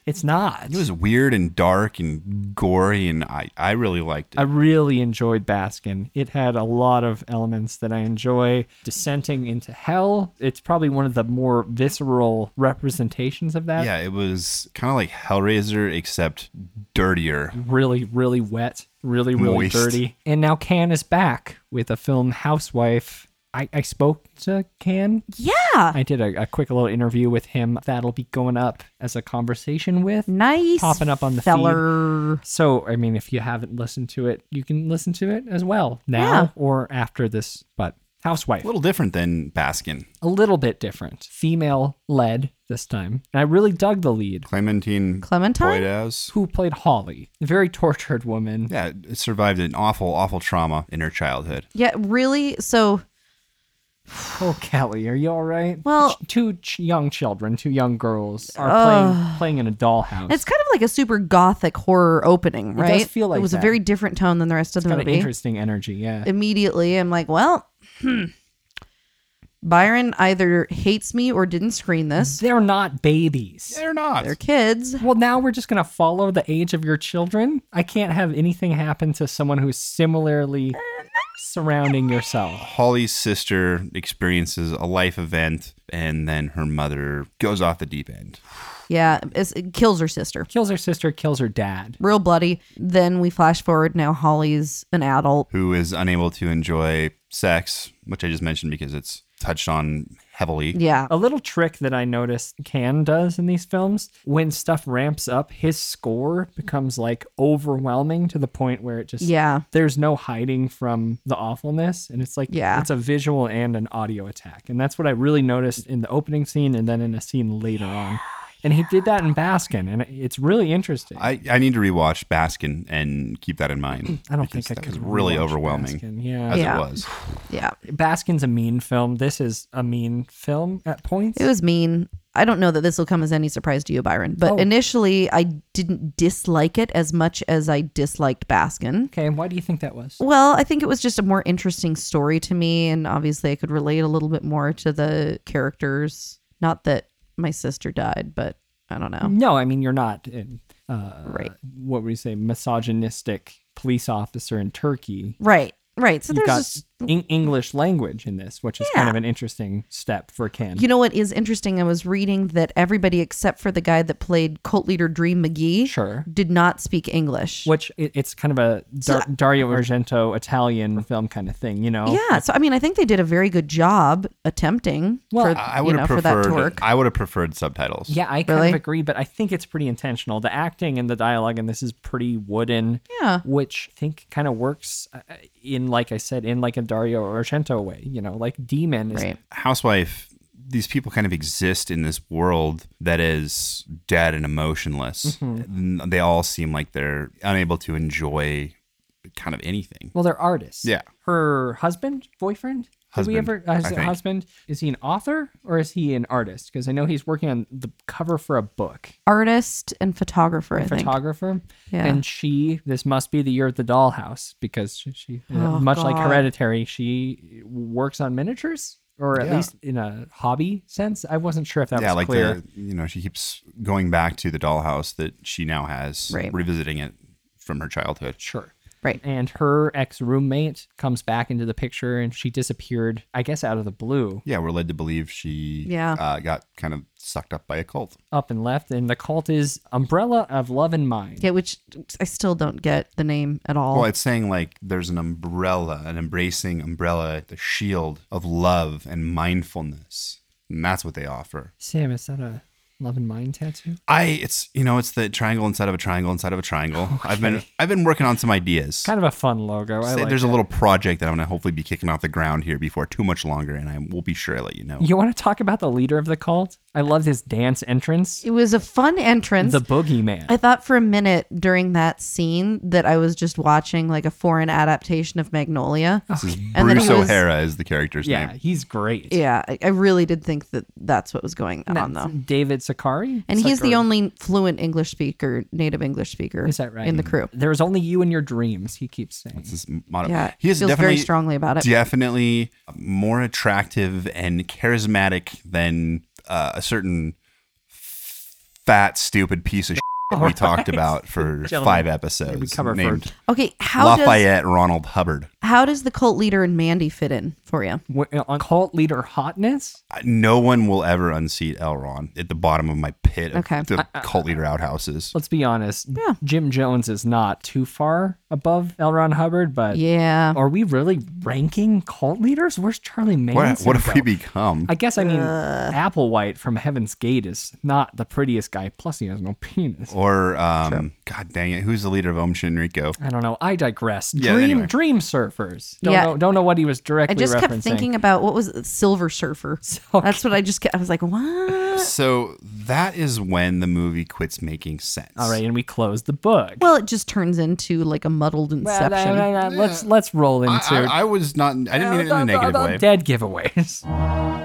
Speaker 3: It's not.
Speaker 4: It was weird and dark and gory, and I, I really liked it.
Speaker 3: I really enjoyed Baskin. It had a lot of elements that I enjoy. Descending into Hell, it's probably one of the more visceral representations of that.
Speaker 4: yeah, it was kind of like Hellraiser, except dirtier.
Speaker 3: Really, really wet, really, really
Speaker 4: Moist.
Speaker 3: dirty. And now Can is back with a film Housewife. I, I spoke to Can.
Speaker 5: Yeah.
Speaker 3: I did a, a quick little interview with him. That'll be going up as a conversation with.
Speaker 5: Nice.
Speaker 3: Popping up on the feed.
Speaker 5: feller.
Speaker 3: So, I mean, if you haven't listened to it, you can listen to it as well now
Speaker 5: Yeah.
Speaker 3: or after this. But Housewife,
Speaker 4: A little different than Baskin.
Speaker 3: a little bit different, female led this time. And I really dug the lead,
Speaker 4: Clementine
Speaker 5: Clementine?
Speaker 4: Boydaz.
Speaker 3: who played Holly, a very tortured woman.
Speaker 4: Yeah, it survived an awful, awful trauma in her childhood.
Speaker 5: Yeah, really. So
Speaker 3: Oh, Kelly, are you all right?
Speaker 5: Well-
Speaker 3: Ch- two ch- young children, two young girls are playing playing in a dollhouse.
Speaker 5: it's kind of like a super gothic horror opening, right?
Speaker 3: does feel like
Speaker 5: it was
Speaker 3: that.
Speaker 5: a very different tone than the rest of the
Speaker 3: got an
Speaker 5: movie.
Speaker 3: interesting energy. Yeah.
Speaker 5: Immediately, I'm like, well, hmm. Byron either hates me or didn't screen this.
Speaker 3: They're not babies.
Speaker 4: They're not.
Speaker 5: They're kids.
Speaker 3: Well, now we're just going to follow the age of your children. I can't have anything happen to someone who's similarly
Speaker 5: Uh,
Speaker 3: surrounding yourself.
Speaker 4: Holly's sister experiences a life event, and then her mother goes off the deep end.
Speaker 5: Yeah, it's, it kills her sister.
Speaker 3: Kills her sister, kills her dad.
Speaker 5: Real bloody. Then we flash forward. Now Holly's an adult.
Speaker 4: who is unable to enjoy sex, which I just mentioned because it's touched on heavily.
Speaker 5: Yeah.
Speaker 3: A little trick that I noticed Can does in these films, when stuff ramps up, his score becomes like overwhelming to the point where it just
Speaker 5: Yeah.
Speaker 3: there's no hiding from the awfulness and it's like
Speaker 5: Yeah.
Speaker 3: it's a visual and an audio attack. And that's what I really noticed in the opening scene and then in a scene later on. And he did that in Baskin and it's really interesting.
Speaker 4: I, I need to rewatch Baskin and keep that in mind.
Speaker 3: I don't
Speaker 4: because
Speaker 3: think I
Speaker 4: that
Speaker 3: could
Speaker 4: was really
Speaker 3: watch
Speaker 4: overwhelming
Speaker 3: Baskin. Yeah.
Speaker 4: as
Speaker 5: Yeah.
Speaker 4: it was.
Speaker 5: Yeah.
Speaker 3: Baskin's a mean film. This is a mean film at points.
Speaker 5: It was mean. I don't know that this will come as any surprise to you, Byron, but
Speaker 3: Oh.
Speaker 5: initially I didn't dislike it as much as I disliked Baskin.
Speaker 3: okay, and why do you think that was?
Speaker 5: Well, I think it was just a more interesting story to me, and obviously I could relate a little bit more to the characters. Not that my sister died, but I don't know.
Speaker 3: No, I mean you're not in, uh,
Speaker 5: Right.
Speaker 3: what would you say misogynistic police officer in Turkey.
Speaker 5: Right, right. So
Speaker 3: You've
Speaker 5: there's
Speaker 3: got
Speaker 5: just,
Speaker 3: en- English language in this, which is kind
Speaker 5: Yeah.
Speaker 3: of an interesting step for Ken.
Speaker 5: you know what is interesting? I was reading that everybody except for the guy that played cult leader Dream McGee
Speaker 3: sure.
Speaker 5: did not speak English.
Speaker 3: Which it, it's kind of a Dar- Dario Argento Italian film kind of thing, you know.
Speaker 4: Oh.
Speaker 5: Yeah, so I mean, I think they did a very good job attempting.
Speaker 3: Well,
Speaker 5: for,
Speaker 4: I
Speaker 5: you
Speaker 4: would
Speaker 5: know,
Speaker 4: have
Speaker 5: for that to work.
Speaker 4: preferred. I would have preferred subtitles.
Speaker 3: Yeah, I kind
Speaker 5: Really?
Speaker 3: of agree, but I think it's pretty intentional. The acting and the dialogue in this is pretty wooden,
Speaker 5: Yeah.
Speaker 3: which I think kind of works uh, in, like I said, in like a Dario Argento way. You know, like Demon is
Speaker 5: Right.
Speaker 4: Housewife. These people kind of exist in this world that is dead and emotionless.
Speaker 3: Mm-hmm.
Speaker 4: N- They all seem like they're unable to enjoy kind of anything.
Speaker 3: Well, they're artists.
Speaker 4: Yeah.
Speaker 3: Her husband, boyfriend. Did we
Speaker 4: Husband,
Speaker 3: ever? Uh,
Speaker 4: I
Speaker 3: is it
Speaker 4: think.
Speaker 3: husband? Is he an author or is he an artist? Because I know he's working on the cover for a book.
Speaker 5: Artist and photographer, I think.
Speaker 3: Photographer.
Speaker 5: Yeah.
Speaker 3: And she. This must be the year of the dollhouse because she, she uh,
Speaker 5: Oh,
Speaker 3: much like
Speaker 5: God.
Speaker 3: Hereditary, she works on miniatures. Or at
Speaker 4: Yeah.
Speaker 3: least in a hobby sense, I wasn't sure if that
Speaker 4: yeah,
Speaker 3: was
Speaker 4: like
Speaker 3: clear.
Speaker 4: the you know she keeps going back to the dollhouse that she now has,
Speaker 5: Right.
Speaker 4: revisiting it from her childhood.
Speaker 3: Sure.
Speaker 5: Right.
Speaker 3: And her ex roommate comes back into the picture, and she disappeared, I guess, out of the blue.
Speaker 4: Yeah, we're led to believe she
Speaker 5: Yeah.
Speaker 4: uh, got kind of sucked up by a cult.
Speaker 3: up and left, and the cult is Umbrella of Love and Mind.
Speaker 5: Yeah, which I still don't get the name at all.
Speaker 4: Well, it's saying like there's an umbrella, an embracing umbrella, the shield of love and mindfulness. And that's what they offer.
Speaker 3: Sam, is that a Love and Mind tattoo?
Speaker 4: I it's you know, it's the triangle inside of a triangle inside of a triangle. I've been I've been working on some ideas.
Speaker 3: Kind of a fun logo. I
Speaker 4: Say
Speaker 3: like
Speaker 4: there's a
Speaker 3: it.
Speaker 4: little project that I'm gonna hopefully be kicking off the ground here before too much longer, and I will be sure I let you know.
Speaker 3: You want to talk about the leader of the cult? I love his dance entrance.
Speaker 5: it was a fun entrance.
Speaker 3: The boogeyman.
Speaker 5: I thought for a minute during that scene that I was just watching like a foreign adaptation of Magnolia. And then
Speaker 4: Bruce
Speaker 5: it was-
Speaker 4: O'Hara is the character's
Speaker 3: yeah,
Speaker 4: name.
Speaker 3: he's great.
Speaker 5: Yeah, I, I really did think that that's what was going on,
Speaker 3: That's
Speaker 5: though.
Speaker 3: David Sakari.
Speaker 5: And he's the
Speaker 3: Sakari.
Speaker 5: only fluent English speaker, native English speaker
Speaker 3: Is that right?
Speaker 5: in the crew.
Speaker 3: There's only you and your dreams, he keeps saying.
Speaker 4: This is motto.
Speaker 5: Yeah,
Speaker 4: he is
Speaker 5: feels
Speaker 4: definitely
Speaker 5: very strongly about it.
Speaker 4: definitely more attractive and charismatic than uh, a certain fat, stupid piece of shit we talked about for
Speaker 3: Gentlemen,
Speaker 4: five
Speaker 3: here
Speaker 4: episodes.
Speaker 3: we come, our
Speaker 4: named
Speaker 3: first-
Speaker 5: Okay, how
Speaker 4: Lafayette Ronald Hubbard.
Speaker 5: does how does the cult leader and Mandy fit in for you?
Speaker 3: Wh- uh, on cult leader hotness.
Speaker 4: Uh, No one will ever unseat Elron at the bottom of my pit of
Speaker 5: Okay.
Speaker 4: the cult leader outhouses.
Speaker 3: Let's be honest.
Speaker 5: Yeah.
Speaker 3: Jim Jones is not too far above L. Ron Hubbard, but
Speaker 5: Yeah.
Speaker 3: are we really ranking cult leaders? Where's Charlie
Speaker 4: What,
Speaker 3: Manson?
Speaker 4: what have we
Speaker 3: go?
Speaker 4: become?
Speaker 3: I guess I mean
Speaker 5: Uh.
Speaker 3: Applewhite from Heaven's Gate is not the prettiest guy. Plus, he has no penis.
Speaker 4: or um, God dang it, who's the leader of Om Shinriko?
Speaker 3: I don't know. I digress.
Speaker 4: Yeah,
Speaker 3: Dream
Speaker 4: anyway.
Speaker 3: Dream Surfers. Don't
Speaker 5: Yeah.
Speaker 3: know. Don't know what he was
Speaker 5: I
Speaker 3: directly
Speaker 5: just
Speaker 3: referencing.
Speaker 5: kept thinking about what was it? Silver Surfer. That's what I just kept. I was like,
Speaker 3: uh.
Speaker 5: what?
Speaker 4: So that is when the movie quits making sense.
Speaker 3: All right, and we closed the book.
Speaker 5: Well, it just turns into like a muddled
Speaker 3: Well,
Speaker 5: inception.
Speaker 3: no, no, no, let's let's roll into
Speaker 4: I, I- I was not. I didn't mean it in a negative way.
Speaker 3: dead giveaways.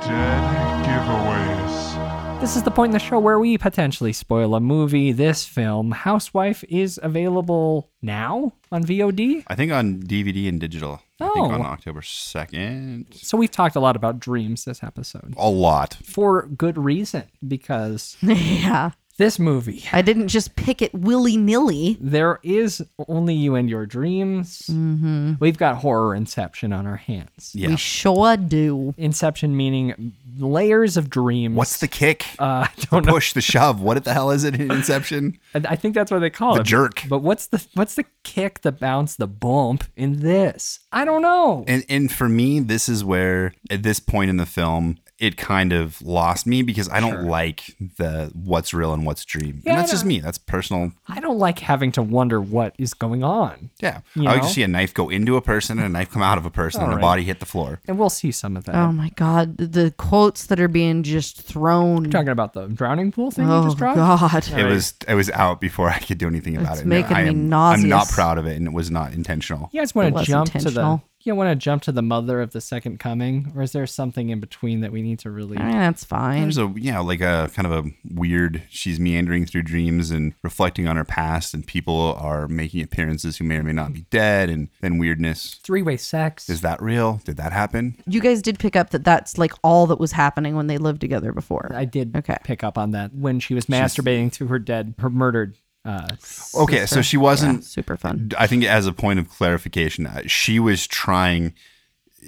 Speaker 7: Dead giveaways.
Speaker 3: This is the point in the show where we potentially spoil a movie. This film, Housewife, is available now on VOD.
Speaker 4: I think on DVD and digital. I
Speaker 3: Oh.
Speaker 4: think on October second.
Speaker 3: So we've talked a lot about dreams this episode
Speaker 4: A lot.
Speaker 3: for good reason because
Speaker 5: yeah.
Speaker 3: this movie
Speaker 5: I didn't just pick it willy nilly.
Speaker 3: there is only you and your dreams.
Speaker 5: Mm-hmm.
Speaker 3: We've got horror Inception on our hands.
Speaker 4: Yeah.
Speaker 5: We sure do.
Speaker 3: Inception meaning layers of dreams.
Speaker 4: What's the kick?
Speaker 3: uh, I
Speaker 4: the
Speaker 3: don't know.
Speaker 4: push, the shove. What the hell is it in Inception?
Speaker 3: I I think that's what they call
Speaker 4: The
Speaker 3: it.
Speaker 4: jerk.
Speaker 3: But what's the what's the kick, the bounce, the bump in this? I don't know.
Speaker 4: And and for me, this is where at this point in the film it kind of lost me because I don't like the what's real and what's dream.
Speaker 3: Yeah,
Speaker 4: and that's
Speaker 3: I
Speaker 4: just
Speaker 3: don't-
Speaker 4: me. That's personal.
Speaker 3: I don't like having to wonder what is going on.
Speaker 4: Yeah.
Speaker 3: You
Speaker 4: I like
Speaker 3: know?
Speaker 4: to see a knife go into a person and a knife come out of a person and
Speaker 3: Alright.
Speaker 4: a body hit the floor.
Speaker 3: And we'll see some of that.
Speaker 5: Oh my God. The, the quotes that are being just thrown.
Speaker 3: Talking about the drowning pool thing you
Speaker 5: Oh
Speaker 3: just dropped.
Speaker 5: God.
Speaker 4: It was it was out before I could do anything about
Speaker 5: It's
Speaker 4: it. and
Speaker 5: making
Speaker 4: I
Speaker 5: me
Speaker 4: am, I'm not
Speaker 5: nauseous.
Speaker 4: proud of it and it was not intentional.
Speaker 3: You guys
Speaker 5: It
Speaker 3: want to
Speaker 5: was
Speaker 3: jump to the
Speaker 5: intentional.
Speaker 3: you want to jump to the mother of the second coming, or is there something in between that we need to really?
Speaker 5: I mean, Eh, that's fine.
Speaker 4: There's a yeah, like a kind of a weird she's meandering through dreams and reflecting on her past and people are making appearances who may or may not be dead and then weirdness.
Speaker 3: Three way sex.
Speaker 4: Is that real? Did that happen?
Speaker 5: You guys did pick up that that's like all that was happening when they lived together before.
Speaker 3: I did
Speaker 5: Okay.
Speaker 3: pick up on that when she was masturbating to her dead, her murdered. Uh,
Speaker 4: Okay, so she wasn't
Speaker 5: Super fun.
Speaker 4: I think as a point of clarification, uh, she was trying,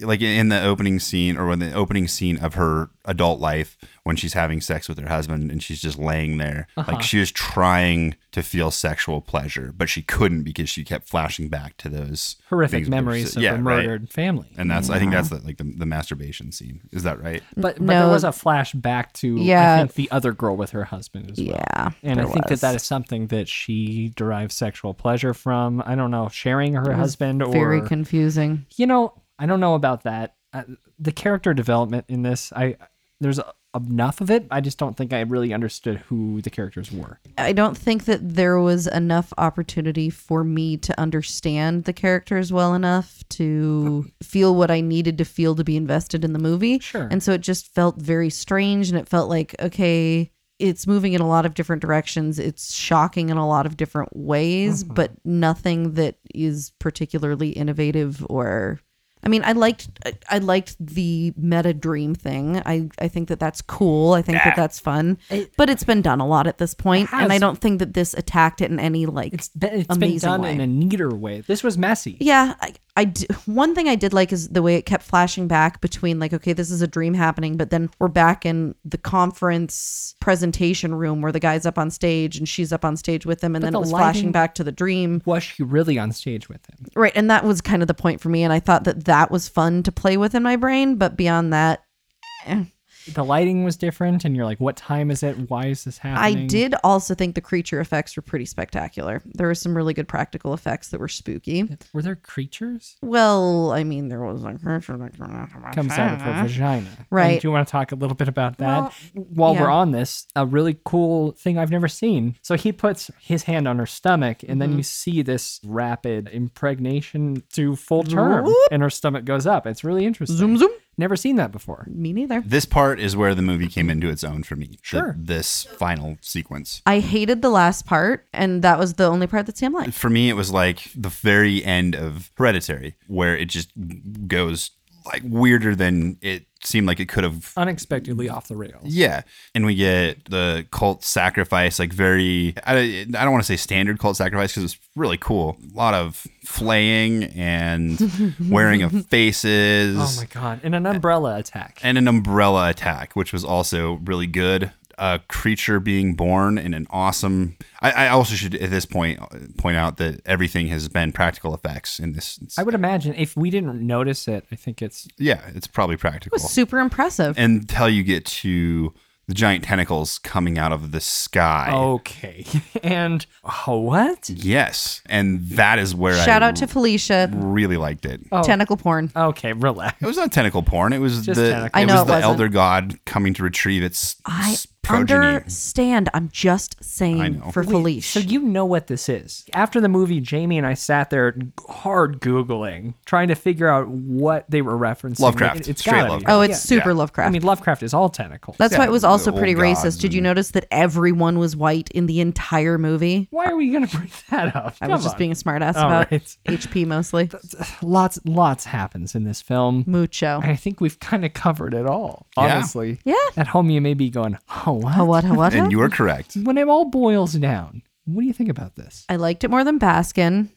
Speaker 4: like in the opening scene or when the opening scene of her adult life, when she's having sex with her husband and she's just laying there,
Speaker 3: Uh-huh.
Speaker 4: like she was trying to feel sexual pleasure, but she couldn't because she kept flashing back to those
Speaker 3: horrific
Speaker 4: things with her
Speaker 3: memories
Speaker 4: si-
Speaker 3: of
Speaker 4: yeah,
Speaker 3: her
Speaker 4: right.
Speaker 3: murdered family.
Speaker 4: And that's I think that's the, like the, the masturbation scene. Is that right?
Speaker 3: But, but there
Speaker 5: No.
Speaker 3: was a flashback to I
Speaker 5: Yeah.
Speaker 3: think the other girl with her husband as well.
Speaker 5: Yeah.
Speaker 3: And I
Speaker 5: there
Speaker 3: think that
Speaker 5: was.
Speaker 3: that is something that she derives sexual pleasure from. I don't know, sharing her husband or
Speaker 5: very confusing.
Speaker 3: you know, I don't know about that. Uh, the character development in this, I there's a, enough of it. I just don't think I really understood who the characters were.
Speaker 5: I don't think that there was enough opportunity for me to understand the characters well enough to feel what I needed to feel to be invested in the movie.
Speaker 3: Sure.
Speaker 5: And so it just felt very strange and it felt like, okay, it's moving in a lot of different directions. It's shocking in a lot of different ways, but nothing that is particularly innovative or I mean, I liked I- I liked the meta dream thing. I, I think that that's cool. I think that that's fun. but it's been done a lot at this point, and I
Speaker 3: has.
Speaker 5: don't think that this attacked it in any like
Speaker 3: It's been, it's been
Speaker 5: amazing
Speaker 3: done
Speaker 5: way.
Speaker 3: in a neater way. This was messy.
Speaker 5: yeah, I, I d- one thing I did like is the way it kept flashing back between like okay, this is a dream happening, but then we're back in the conference presentation room where the guy's up on stage and she's up on stage with him, and then
Speaker 3: the
Speaker 5: it was
Speaker 3: lighting-
Speaker 5: flashing back to the dream.
Speaker 3: Was she really on stage with him?
Speaker 5: Right, and that was kind of the point for me, and I thought that that was fun to play with in my brain, but beyond that,
Speaker 3: The lighting was different, and you're like, what time is it? Why is this
Speaker 5: I
Speaker 3: happening?
Speaker 5: did also think the creature effects were pretty spectacular. There were some really good practical effects that were spooky.
Speaker 3: Were there creatures?
Speaker 5: Well, I mean, there was like
Speaker 3: comes out of her vagina. And
Speaker 5: Right.
Speaker 3: do you want to talk a little bit about that? While we're
Speaker 5: yeah.
Speaker 3: on this, a really cool thing I've never seen. So he puts his hand on her stomach, and then you
Speaker 5: Mm-hmm.
Speaker 3: see this rapid impregnation to full term, and her stomach goes up. It's really interesting. Zoom, zoom. Never seen that before.
Speaker 5: me neither.
Speaker 4: This part is where the movie came into its own for me. the-
Speaker 3: Sure.
Speaker 4: this final sequence.
Speaker 5: I hated the last part, and that was the only part that Sam liked.
Speaker 4: for me it was like the very end of hereditary where it just goes like weirder than it seemed like it could have
Speaker 3: Unexpectedly off the rails.
Speaker 4: yeah. And we get the cult sacrifice, like very, I, I don't want to say standard cult sacrifice because it's really cool. A lot of flaying and wearing of faces
Speaker 3: Oh my god! And an umbrella attack.
Speaker 4: and an umbrella attack, which was also really good. A creature being born in an awesome. I, I also should at this point point out that everything has been practical effects in this.
Speaker 3: I would imagine if we didn't notice it, I think it's
Speaker 4: yeah, it's probably practical.
Speaker 5: was super impressive.
Speaker 4: until you get to the giant tentacles coming out of the sky.
Speaker 3: Oh. okay. and oh, what?
Speaker 4: Yes, and that is where
Speaker 5: Shout
Speaker 4: I Uh,
Speaker 5: out to Felicia.
Speaker 4: really liked it.
Speaker 3: Oh.
Speaker 5: Tentacle porn.
Speaker 3: Okay, relax.
Speaker 4: It was not tentacle porn. It was
Speaker 3: Just
Speaker 4: the
Speaker 3: tentacle.
Speaker 5: I know
Speaker 4: was
Speaker 5: it
Speaker 4: the
Speaker 5: wasn't.
Speaker 4: elder god coming to retrieve its,
Speaker 5: I
Speaker 4: s- progeny.
Speaker 5: understand. I'm just saying
Speaker 4: know.
Speaker 5: for
Speaker 3: So
Speaker 5: Felicia.
Speaker 3: you know what this is. After the movie, Jamie and I sat there hard googling, trying to figure out what they were referencing.
Speaker 4: Lovecraft.
Speaker 3: It- it's
Speaker 4: Straight
Speaker 3: gotta be.
Speaker 4: Lovecraft.
Speaker 5: oh, it's super Lovecraft.
Speaker 3: I mean, Lovecraft is all tentacles.
Speaker 5: That's why it was also
Speaker 4: the
Speaker 5: pretty
Speaker 4: old gods
Speaker 5: racist. Did you notice that everyone was white in the entire movie?
Speaker 3: why are we going to bring that up?
Speaker 5: I was
Speaker 3: Come
Speaker 5: just
Speaker 3: on.
Speaker 5: being a smartass
Speaker 3: All
Speaker 5: about
Speaker 3: right.
Speaker 5: HP mostly.
Speaker 3: lots, lots happens in this film.
Speaker 5: Mucho.
Speaker 3: I think we've kind of covered it all,
Speaker 4: Yeah.
Speaker 3: honestly.
Speaker 5: Yeah.
Speaker 3: At home, you may be going, oh, what?
Speaker 5: Oh, what, oh, what,
Speaker 4: and
Speaker 5: oh?
Speaker 4: you are correct.
Speaker 3: When it all boils down, what do you think about this?
Speaker 5: I liked it more than Baskin.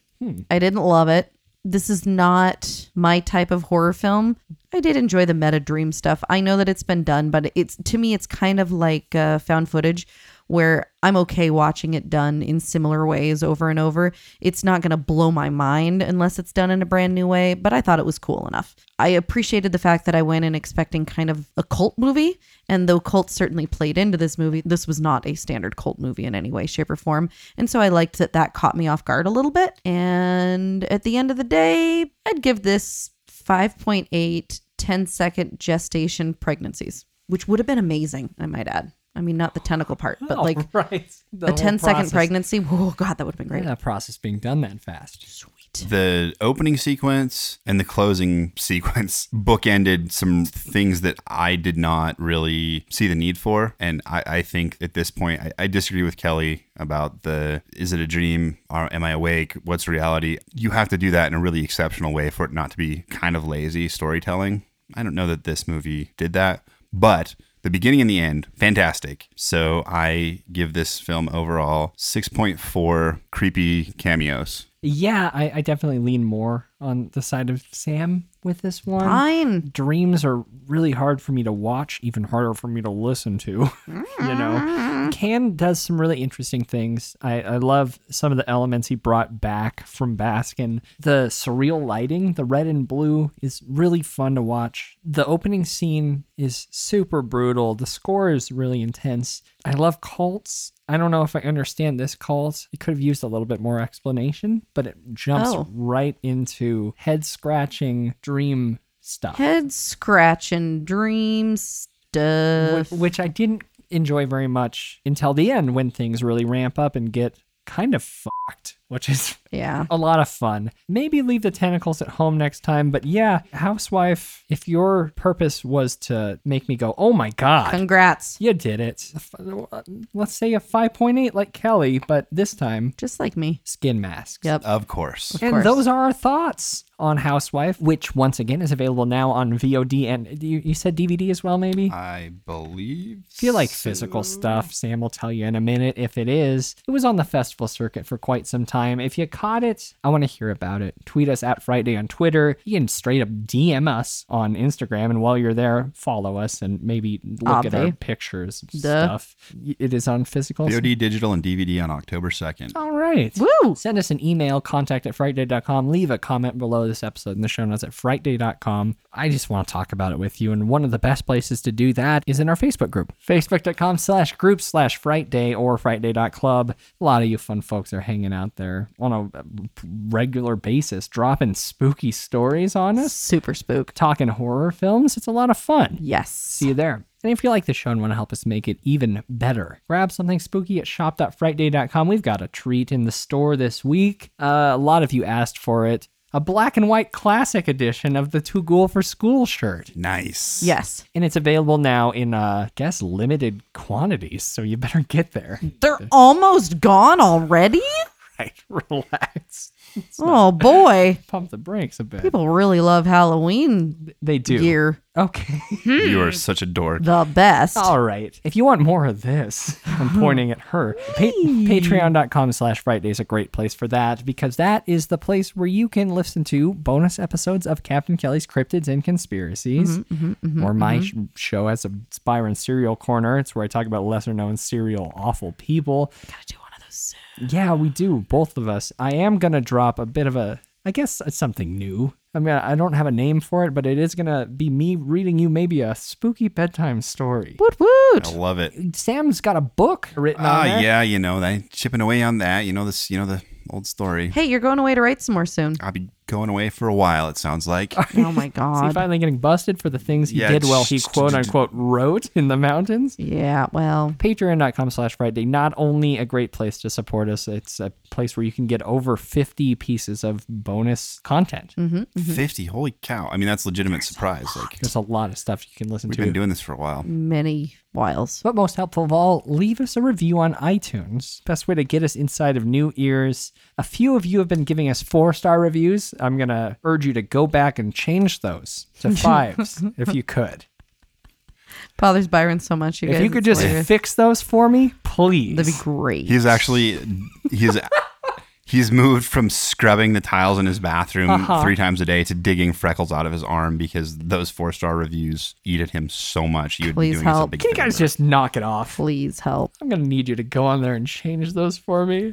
Speaker 5: I didn't love it. This is not my type of horror film. I did enjoy the meta dream stuff. I know that it's been done, but it's to me it's kind of like uh, found footage where I'm okay watching it done in similar ways over and over. It's not going to blow my mind unless it's done in a brand new way, but I thought it was cool enough. I appreciated the fact that I went in expecting kind of a cult movie, and though cult certainly played into this movie, this was not a standard cult movie in any way, shape, or form. And so I liked that that caught me off guard a little bit. And at the end of the day, I'd give this 5.8 10 second gestation pregnancies, which would have been amazing, I might add. I mean, not the tentacle part, but like
Speaker 3: right.
Speaker 5: a 10 second pregnancy. Oh, God, that would have been great.
Speaker 3: That process being done that fast.
Speaker 5: Sweet.
Speaker 4: The opening sequence and the closing sequence bookended some things that I did not really see the need for. And I, I think at this point, I, I disagree with Kelly about the is it a dream? Or am I awake? What's reality? You have to do that in a really exceptional way for it not to be kind of lazy storytelling. I don't know that this movie did that, but the beginning and the end, fantastic. So I give this film overall 6.4 creepy cameos.
Speaker 3: Yeah, I, I definitely lean more on the side of Sam with this one.
Speaker 5: Fine.
Speaker 3: dreams are really hard for me to watch, even harder for me to listen to. you know, Can does some really interesting things. I, I love some of the elements he brought back from Baskin. The surreal lighting, the red and blue, is really fun to watch. The opening scene is super brutal. The score is really intense. I love cults. I don't know if I understand this cult. It could have used a little bit more explanation, but it jumps
Speaker 5: Oh.
Speaker 3: right into head scratching dream stuff
Speaker 5: Head scratch and dream stuff.
Speaker 3: wh- which I didn't enjoy very much until the end when things really ramp up and get kind of fucked, which is
Speaker 5: Yeah.
Speaker 3: a lot of fun. Maybe leave the tentacles at home next time, but yeah, housewife, if your purpose was to make me go, "Oh my god."
Speaker 5: Congrats.
Speaker 3: you did it. A f- Let's say a 5.8 like Kelly, but this time
Speaker 5: Just like me.
Speaker 3: skin masks.
Speaker 5: Yep.
Speaker 4: Of course.
Speaker 3: And
Speaker 5: course.
Speaker 3: those are our thoughts on Housewife, which once again is available now on VOD and you, you said DVD as well, maybe?
Speaker 4: I believe.
Speaker 3: feel like physical stuff. Sam will tell you in a minute if it is. It was on the festival circuit for quite some time. If you caught it, I want to hear about it. Tweet us at Friday on Twitter. You can straight up DM us on Instagram. And while you're there, follow us and maybe look at our
Speaker 5: Obvi.
Speaker 3: pictures and
Speaker 5: Duh.
Speaker 3: stuff. Y- It is on physical.
Speaker 4: VOD digital and DVD on October 2nd.
Speaker 3: All right.
Speaker 5: Woo!
Speaker 3: Send us an email, contact at frightday.com. Leave a comment below this episode in the show notes at frightday.com. I just want to talk about it with you. And one of the best places to do that is in our Facebook group, facebook.com slash group slash frightday or frightday.club. A lot of you fun folks are hanging out there on a uh, regular basis, dropping spooky stories on us,
Speaker 5: Super spook.
Speaker 3: talking horror films. It's a lot of fun.
Speaker 5: Yes.
Speaker 3: See you there. And if you like the show and want to help us make it even better, grab something spooky at shop.frightday.com. We've got a treat in the store this week. Uh, a lot of you asked for it. A black and white classic edition of the Two Ghoul for School shirt.
Speaker 4: Nice.
Speaker 5: Yes.
Speaker 3: And it's available now in, uh, I guess, limited quantities. So you better get there.
Speaker 5: They're almost gone already?
Speaker 3: right, relax. Let's not
Speaker 5: Oh boy,
Speaker 3: pump the brakes a bit.
Speaker 5: people really love Halloween
Speaker 3: they do.
Speaker 5: gear.
Speaker 3: Okay.
Speaker 4: You are such a dork.
Speaker 5: The best.
Speaker 3: All right. If you want more of this, I'm pointing at her. Pa- Patreon.com slash Friday is a great place for that because that is the place where you can listen to bonus episodes of Captain Kelly's Cryptids and Conspiracies or my sh- show as a Spyron Serial Corner. It's where I talk about lesser known serial awful people. Yeah, we do, both of us. I am going to drop a bit of a, I guess, it's something new. I mean, I don't have a name for it, but it is going to be me reading you maybe a spooky bedtime story.
Speaker 5: Woot woot.
Speaker 4: I love it.
Speaker 3: Sam's got a book written on
Speaker 4: Ah,
Speaker 3: there.
Speaker 4: yeah, you know, I chipping away on that. You know this, you know the old story.
Speaker 5: Hey, you're going away to write some more soon.
Speaker 4: I'll be going away for a while. It sounds like.
Speaker 3: Mm-hmm.
Speaker 5: Oh my
Speaker 3: Is he
Speaker 5: god.
Speaker 3: finally getting busted for the things he
Speaker 4: Yeah,
Speaker 3: did while he
Speaker 4: just-
Speaker 3: quote unquote wrote in the mountains?
Speaker 5: Yeah, well,
Speaker 3: Patreon.com slash Friday, not only a great place to support us, it's a place where you can get over 50 pieces of bonus content.
Speaker 4: 50 holy cow i mean that's legitimate surprise like
Speaker 3: There's a lot of stuff you can listen
Speaker 4: we've
Speaker 3: to.
Speaker 4: been doing this for a while
Speaker 3: Mm.
Speaker 5: many whiles.
Speaker 3: But most helpful of all, leave us a review on iTunes. Best way to get us inside of new ears. A few of you have been giving us four star reviews. I'm going to urge you to go back and change those to fives if you could.
Speaker 5: Bothers Byron so much, you guys.
Speaker 3: If you could
Speaker 5: it's
Speaker 3: just
Speaker 5: hilarious.
Speaker 3: fix those for me, please.
Speaker 5: That'd be great.
Speaker 4: he's actually he's he's moved from scrubbing the tiles in his bathroom
Speaker 3: Uh-huh.
Speaker 4: three times a day to digging freckles out of his arm because those four star reviews eat at him so much you would be
Speaker 5: Please
Speaker 4: doing
Speaker 5: help.
Speaker 4: us a
Speaker 3: Can you
Speaker 4: big
Speaker 3: guys
Speaker 4: favor.
Speaker 3: just knock it off?
Speaker 5: Please help.
Speaker 3: I'm going to need you to go on there and change those for me.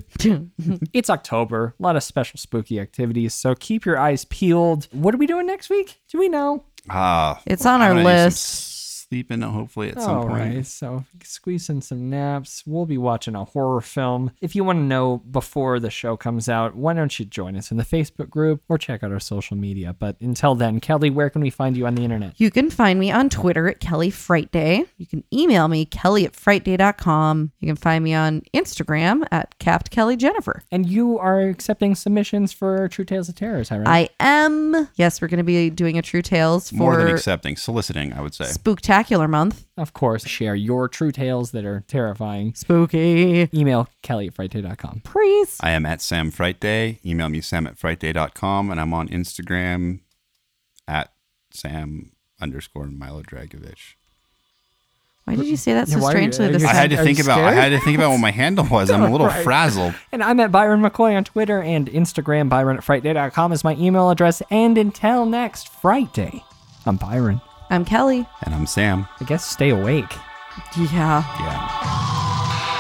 Speaker 3: it's October, a lot of special spooky activities, so keep your eyes peeled. What are we doing next week? Do we know?
Speaker 4: ah
Speaker 5: It's on
Speaker 4: I'm
Speaker 5: our
Speaker 4: gonna do some
Speaker 5: list.
Speaker 4: sleeping hopefully at some
Speaker 3: All
Speaker 4: point
Speaker 3: right, so squeeze in some naps. We'll be watching a horror film. If you want to know before the show comes out, why don't you join us in the Facebook group or check out our social media? But until then, Kelly, where can we find you on the internet?
Speaker 5: You can find me on Twitter at Kelly Fright Day. You can email me, Kelly at FrightDay.com. You can find me on Instagram at Capt Kelly Jennifer.
Speaker 3: And you are accepting submissions for True Tales of Terror, is that right?
Speaker 5: I am. Yes, we're going to be doing a True Tales
Speaker 4: more than
Speaker 5: for
Speaker 4: accepting soliciting i would say
Speaker 5: Spooktacular Month.
Speaker 3: of course, share your true tales that are terrifying.
Speaker 5: Spooky.
Speaker 3: Email kelly at frightday.com.
Speaker 5: Please.
Speaker 4: i am at sam frightday email me sam at frightday.com and i'm on instagram at sam underscore milo dragovich
Speaker 5: Why did you say that
Speaker 3: Yeah,
Speaker 5: so
Speaker 3: why are you-
Speaker 5: strangely
Speaker 3: are
Speaker 5: this
Speaker 3: you-
Speaker 4: I
Speaker 5: time?
Speaker 4: had to
Speaker 3: Are
Speaker 4: think
Speaker 3: you
Speaker 4: about. I
Speaker 3: scared?
Speaker 4: had to think about what my handle was. I'm a little frazzled.
Speaker 3: And I'm at Byron McCoy on Twitter and Instagram. Byron at frightday.com is my email address. And until next Friday, I'm Byron.
Speaker 5: I'm Kelly.
Speaker 4: And I'm Sam.
Speaker 3: I guess stay awake.
Speaker 5: Yeah.
Speaker 4: Yeah.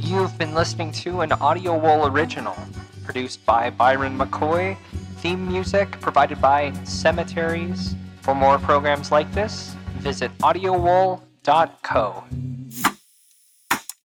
Speaker 2: You've been listening to an Audio Wool original, produced by Byron McCoy. Theme music provided by Cemeteries. For more programs like this, visit audiowool.co.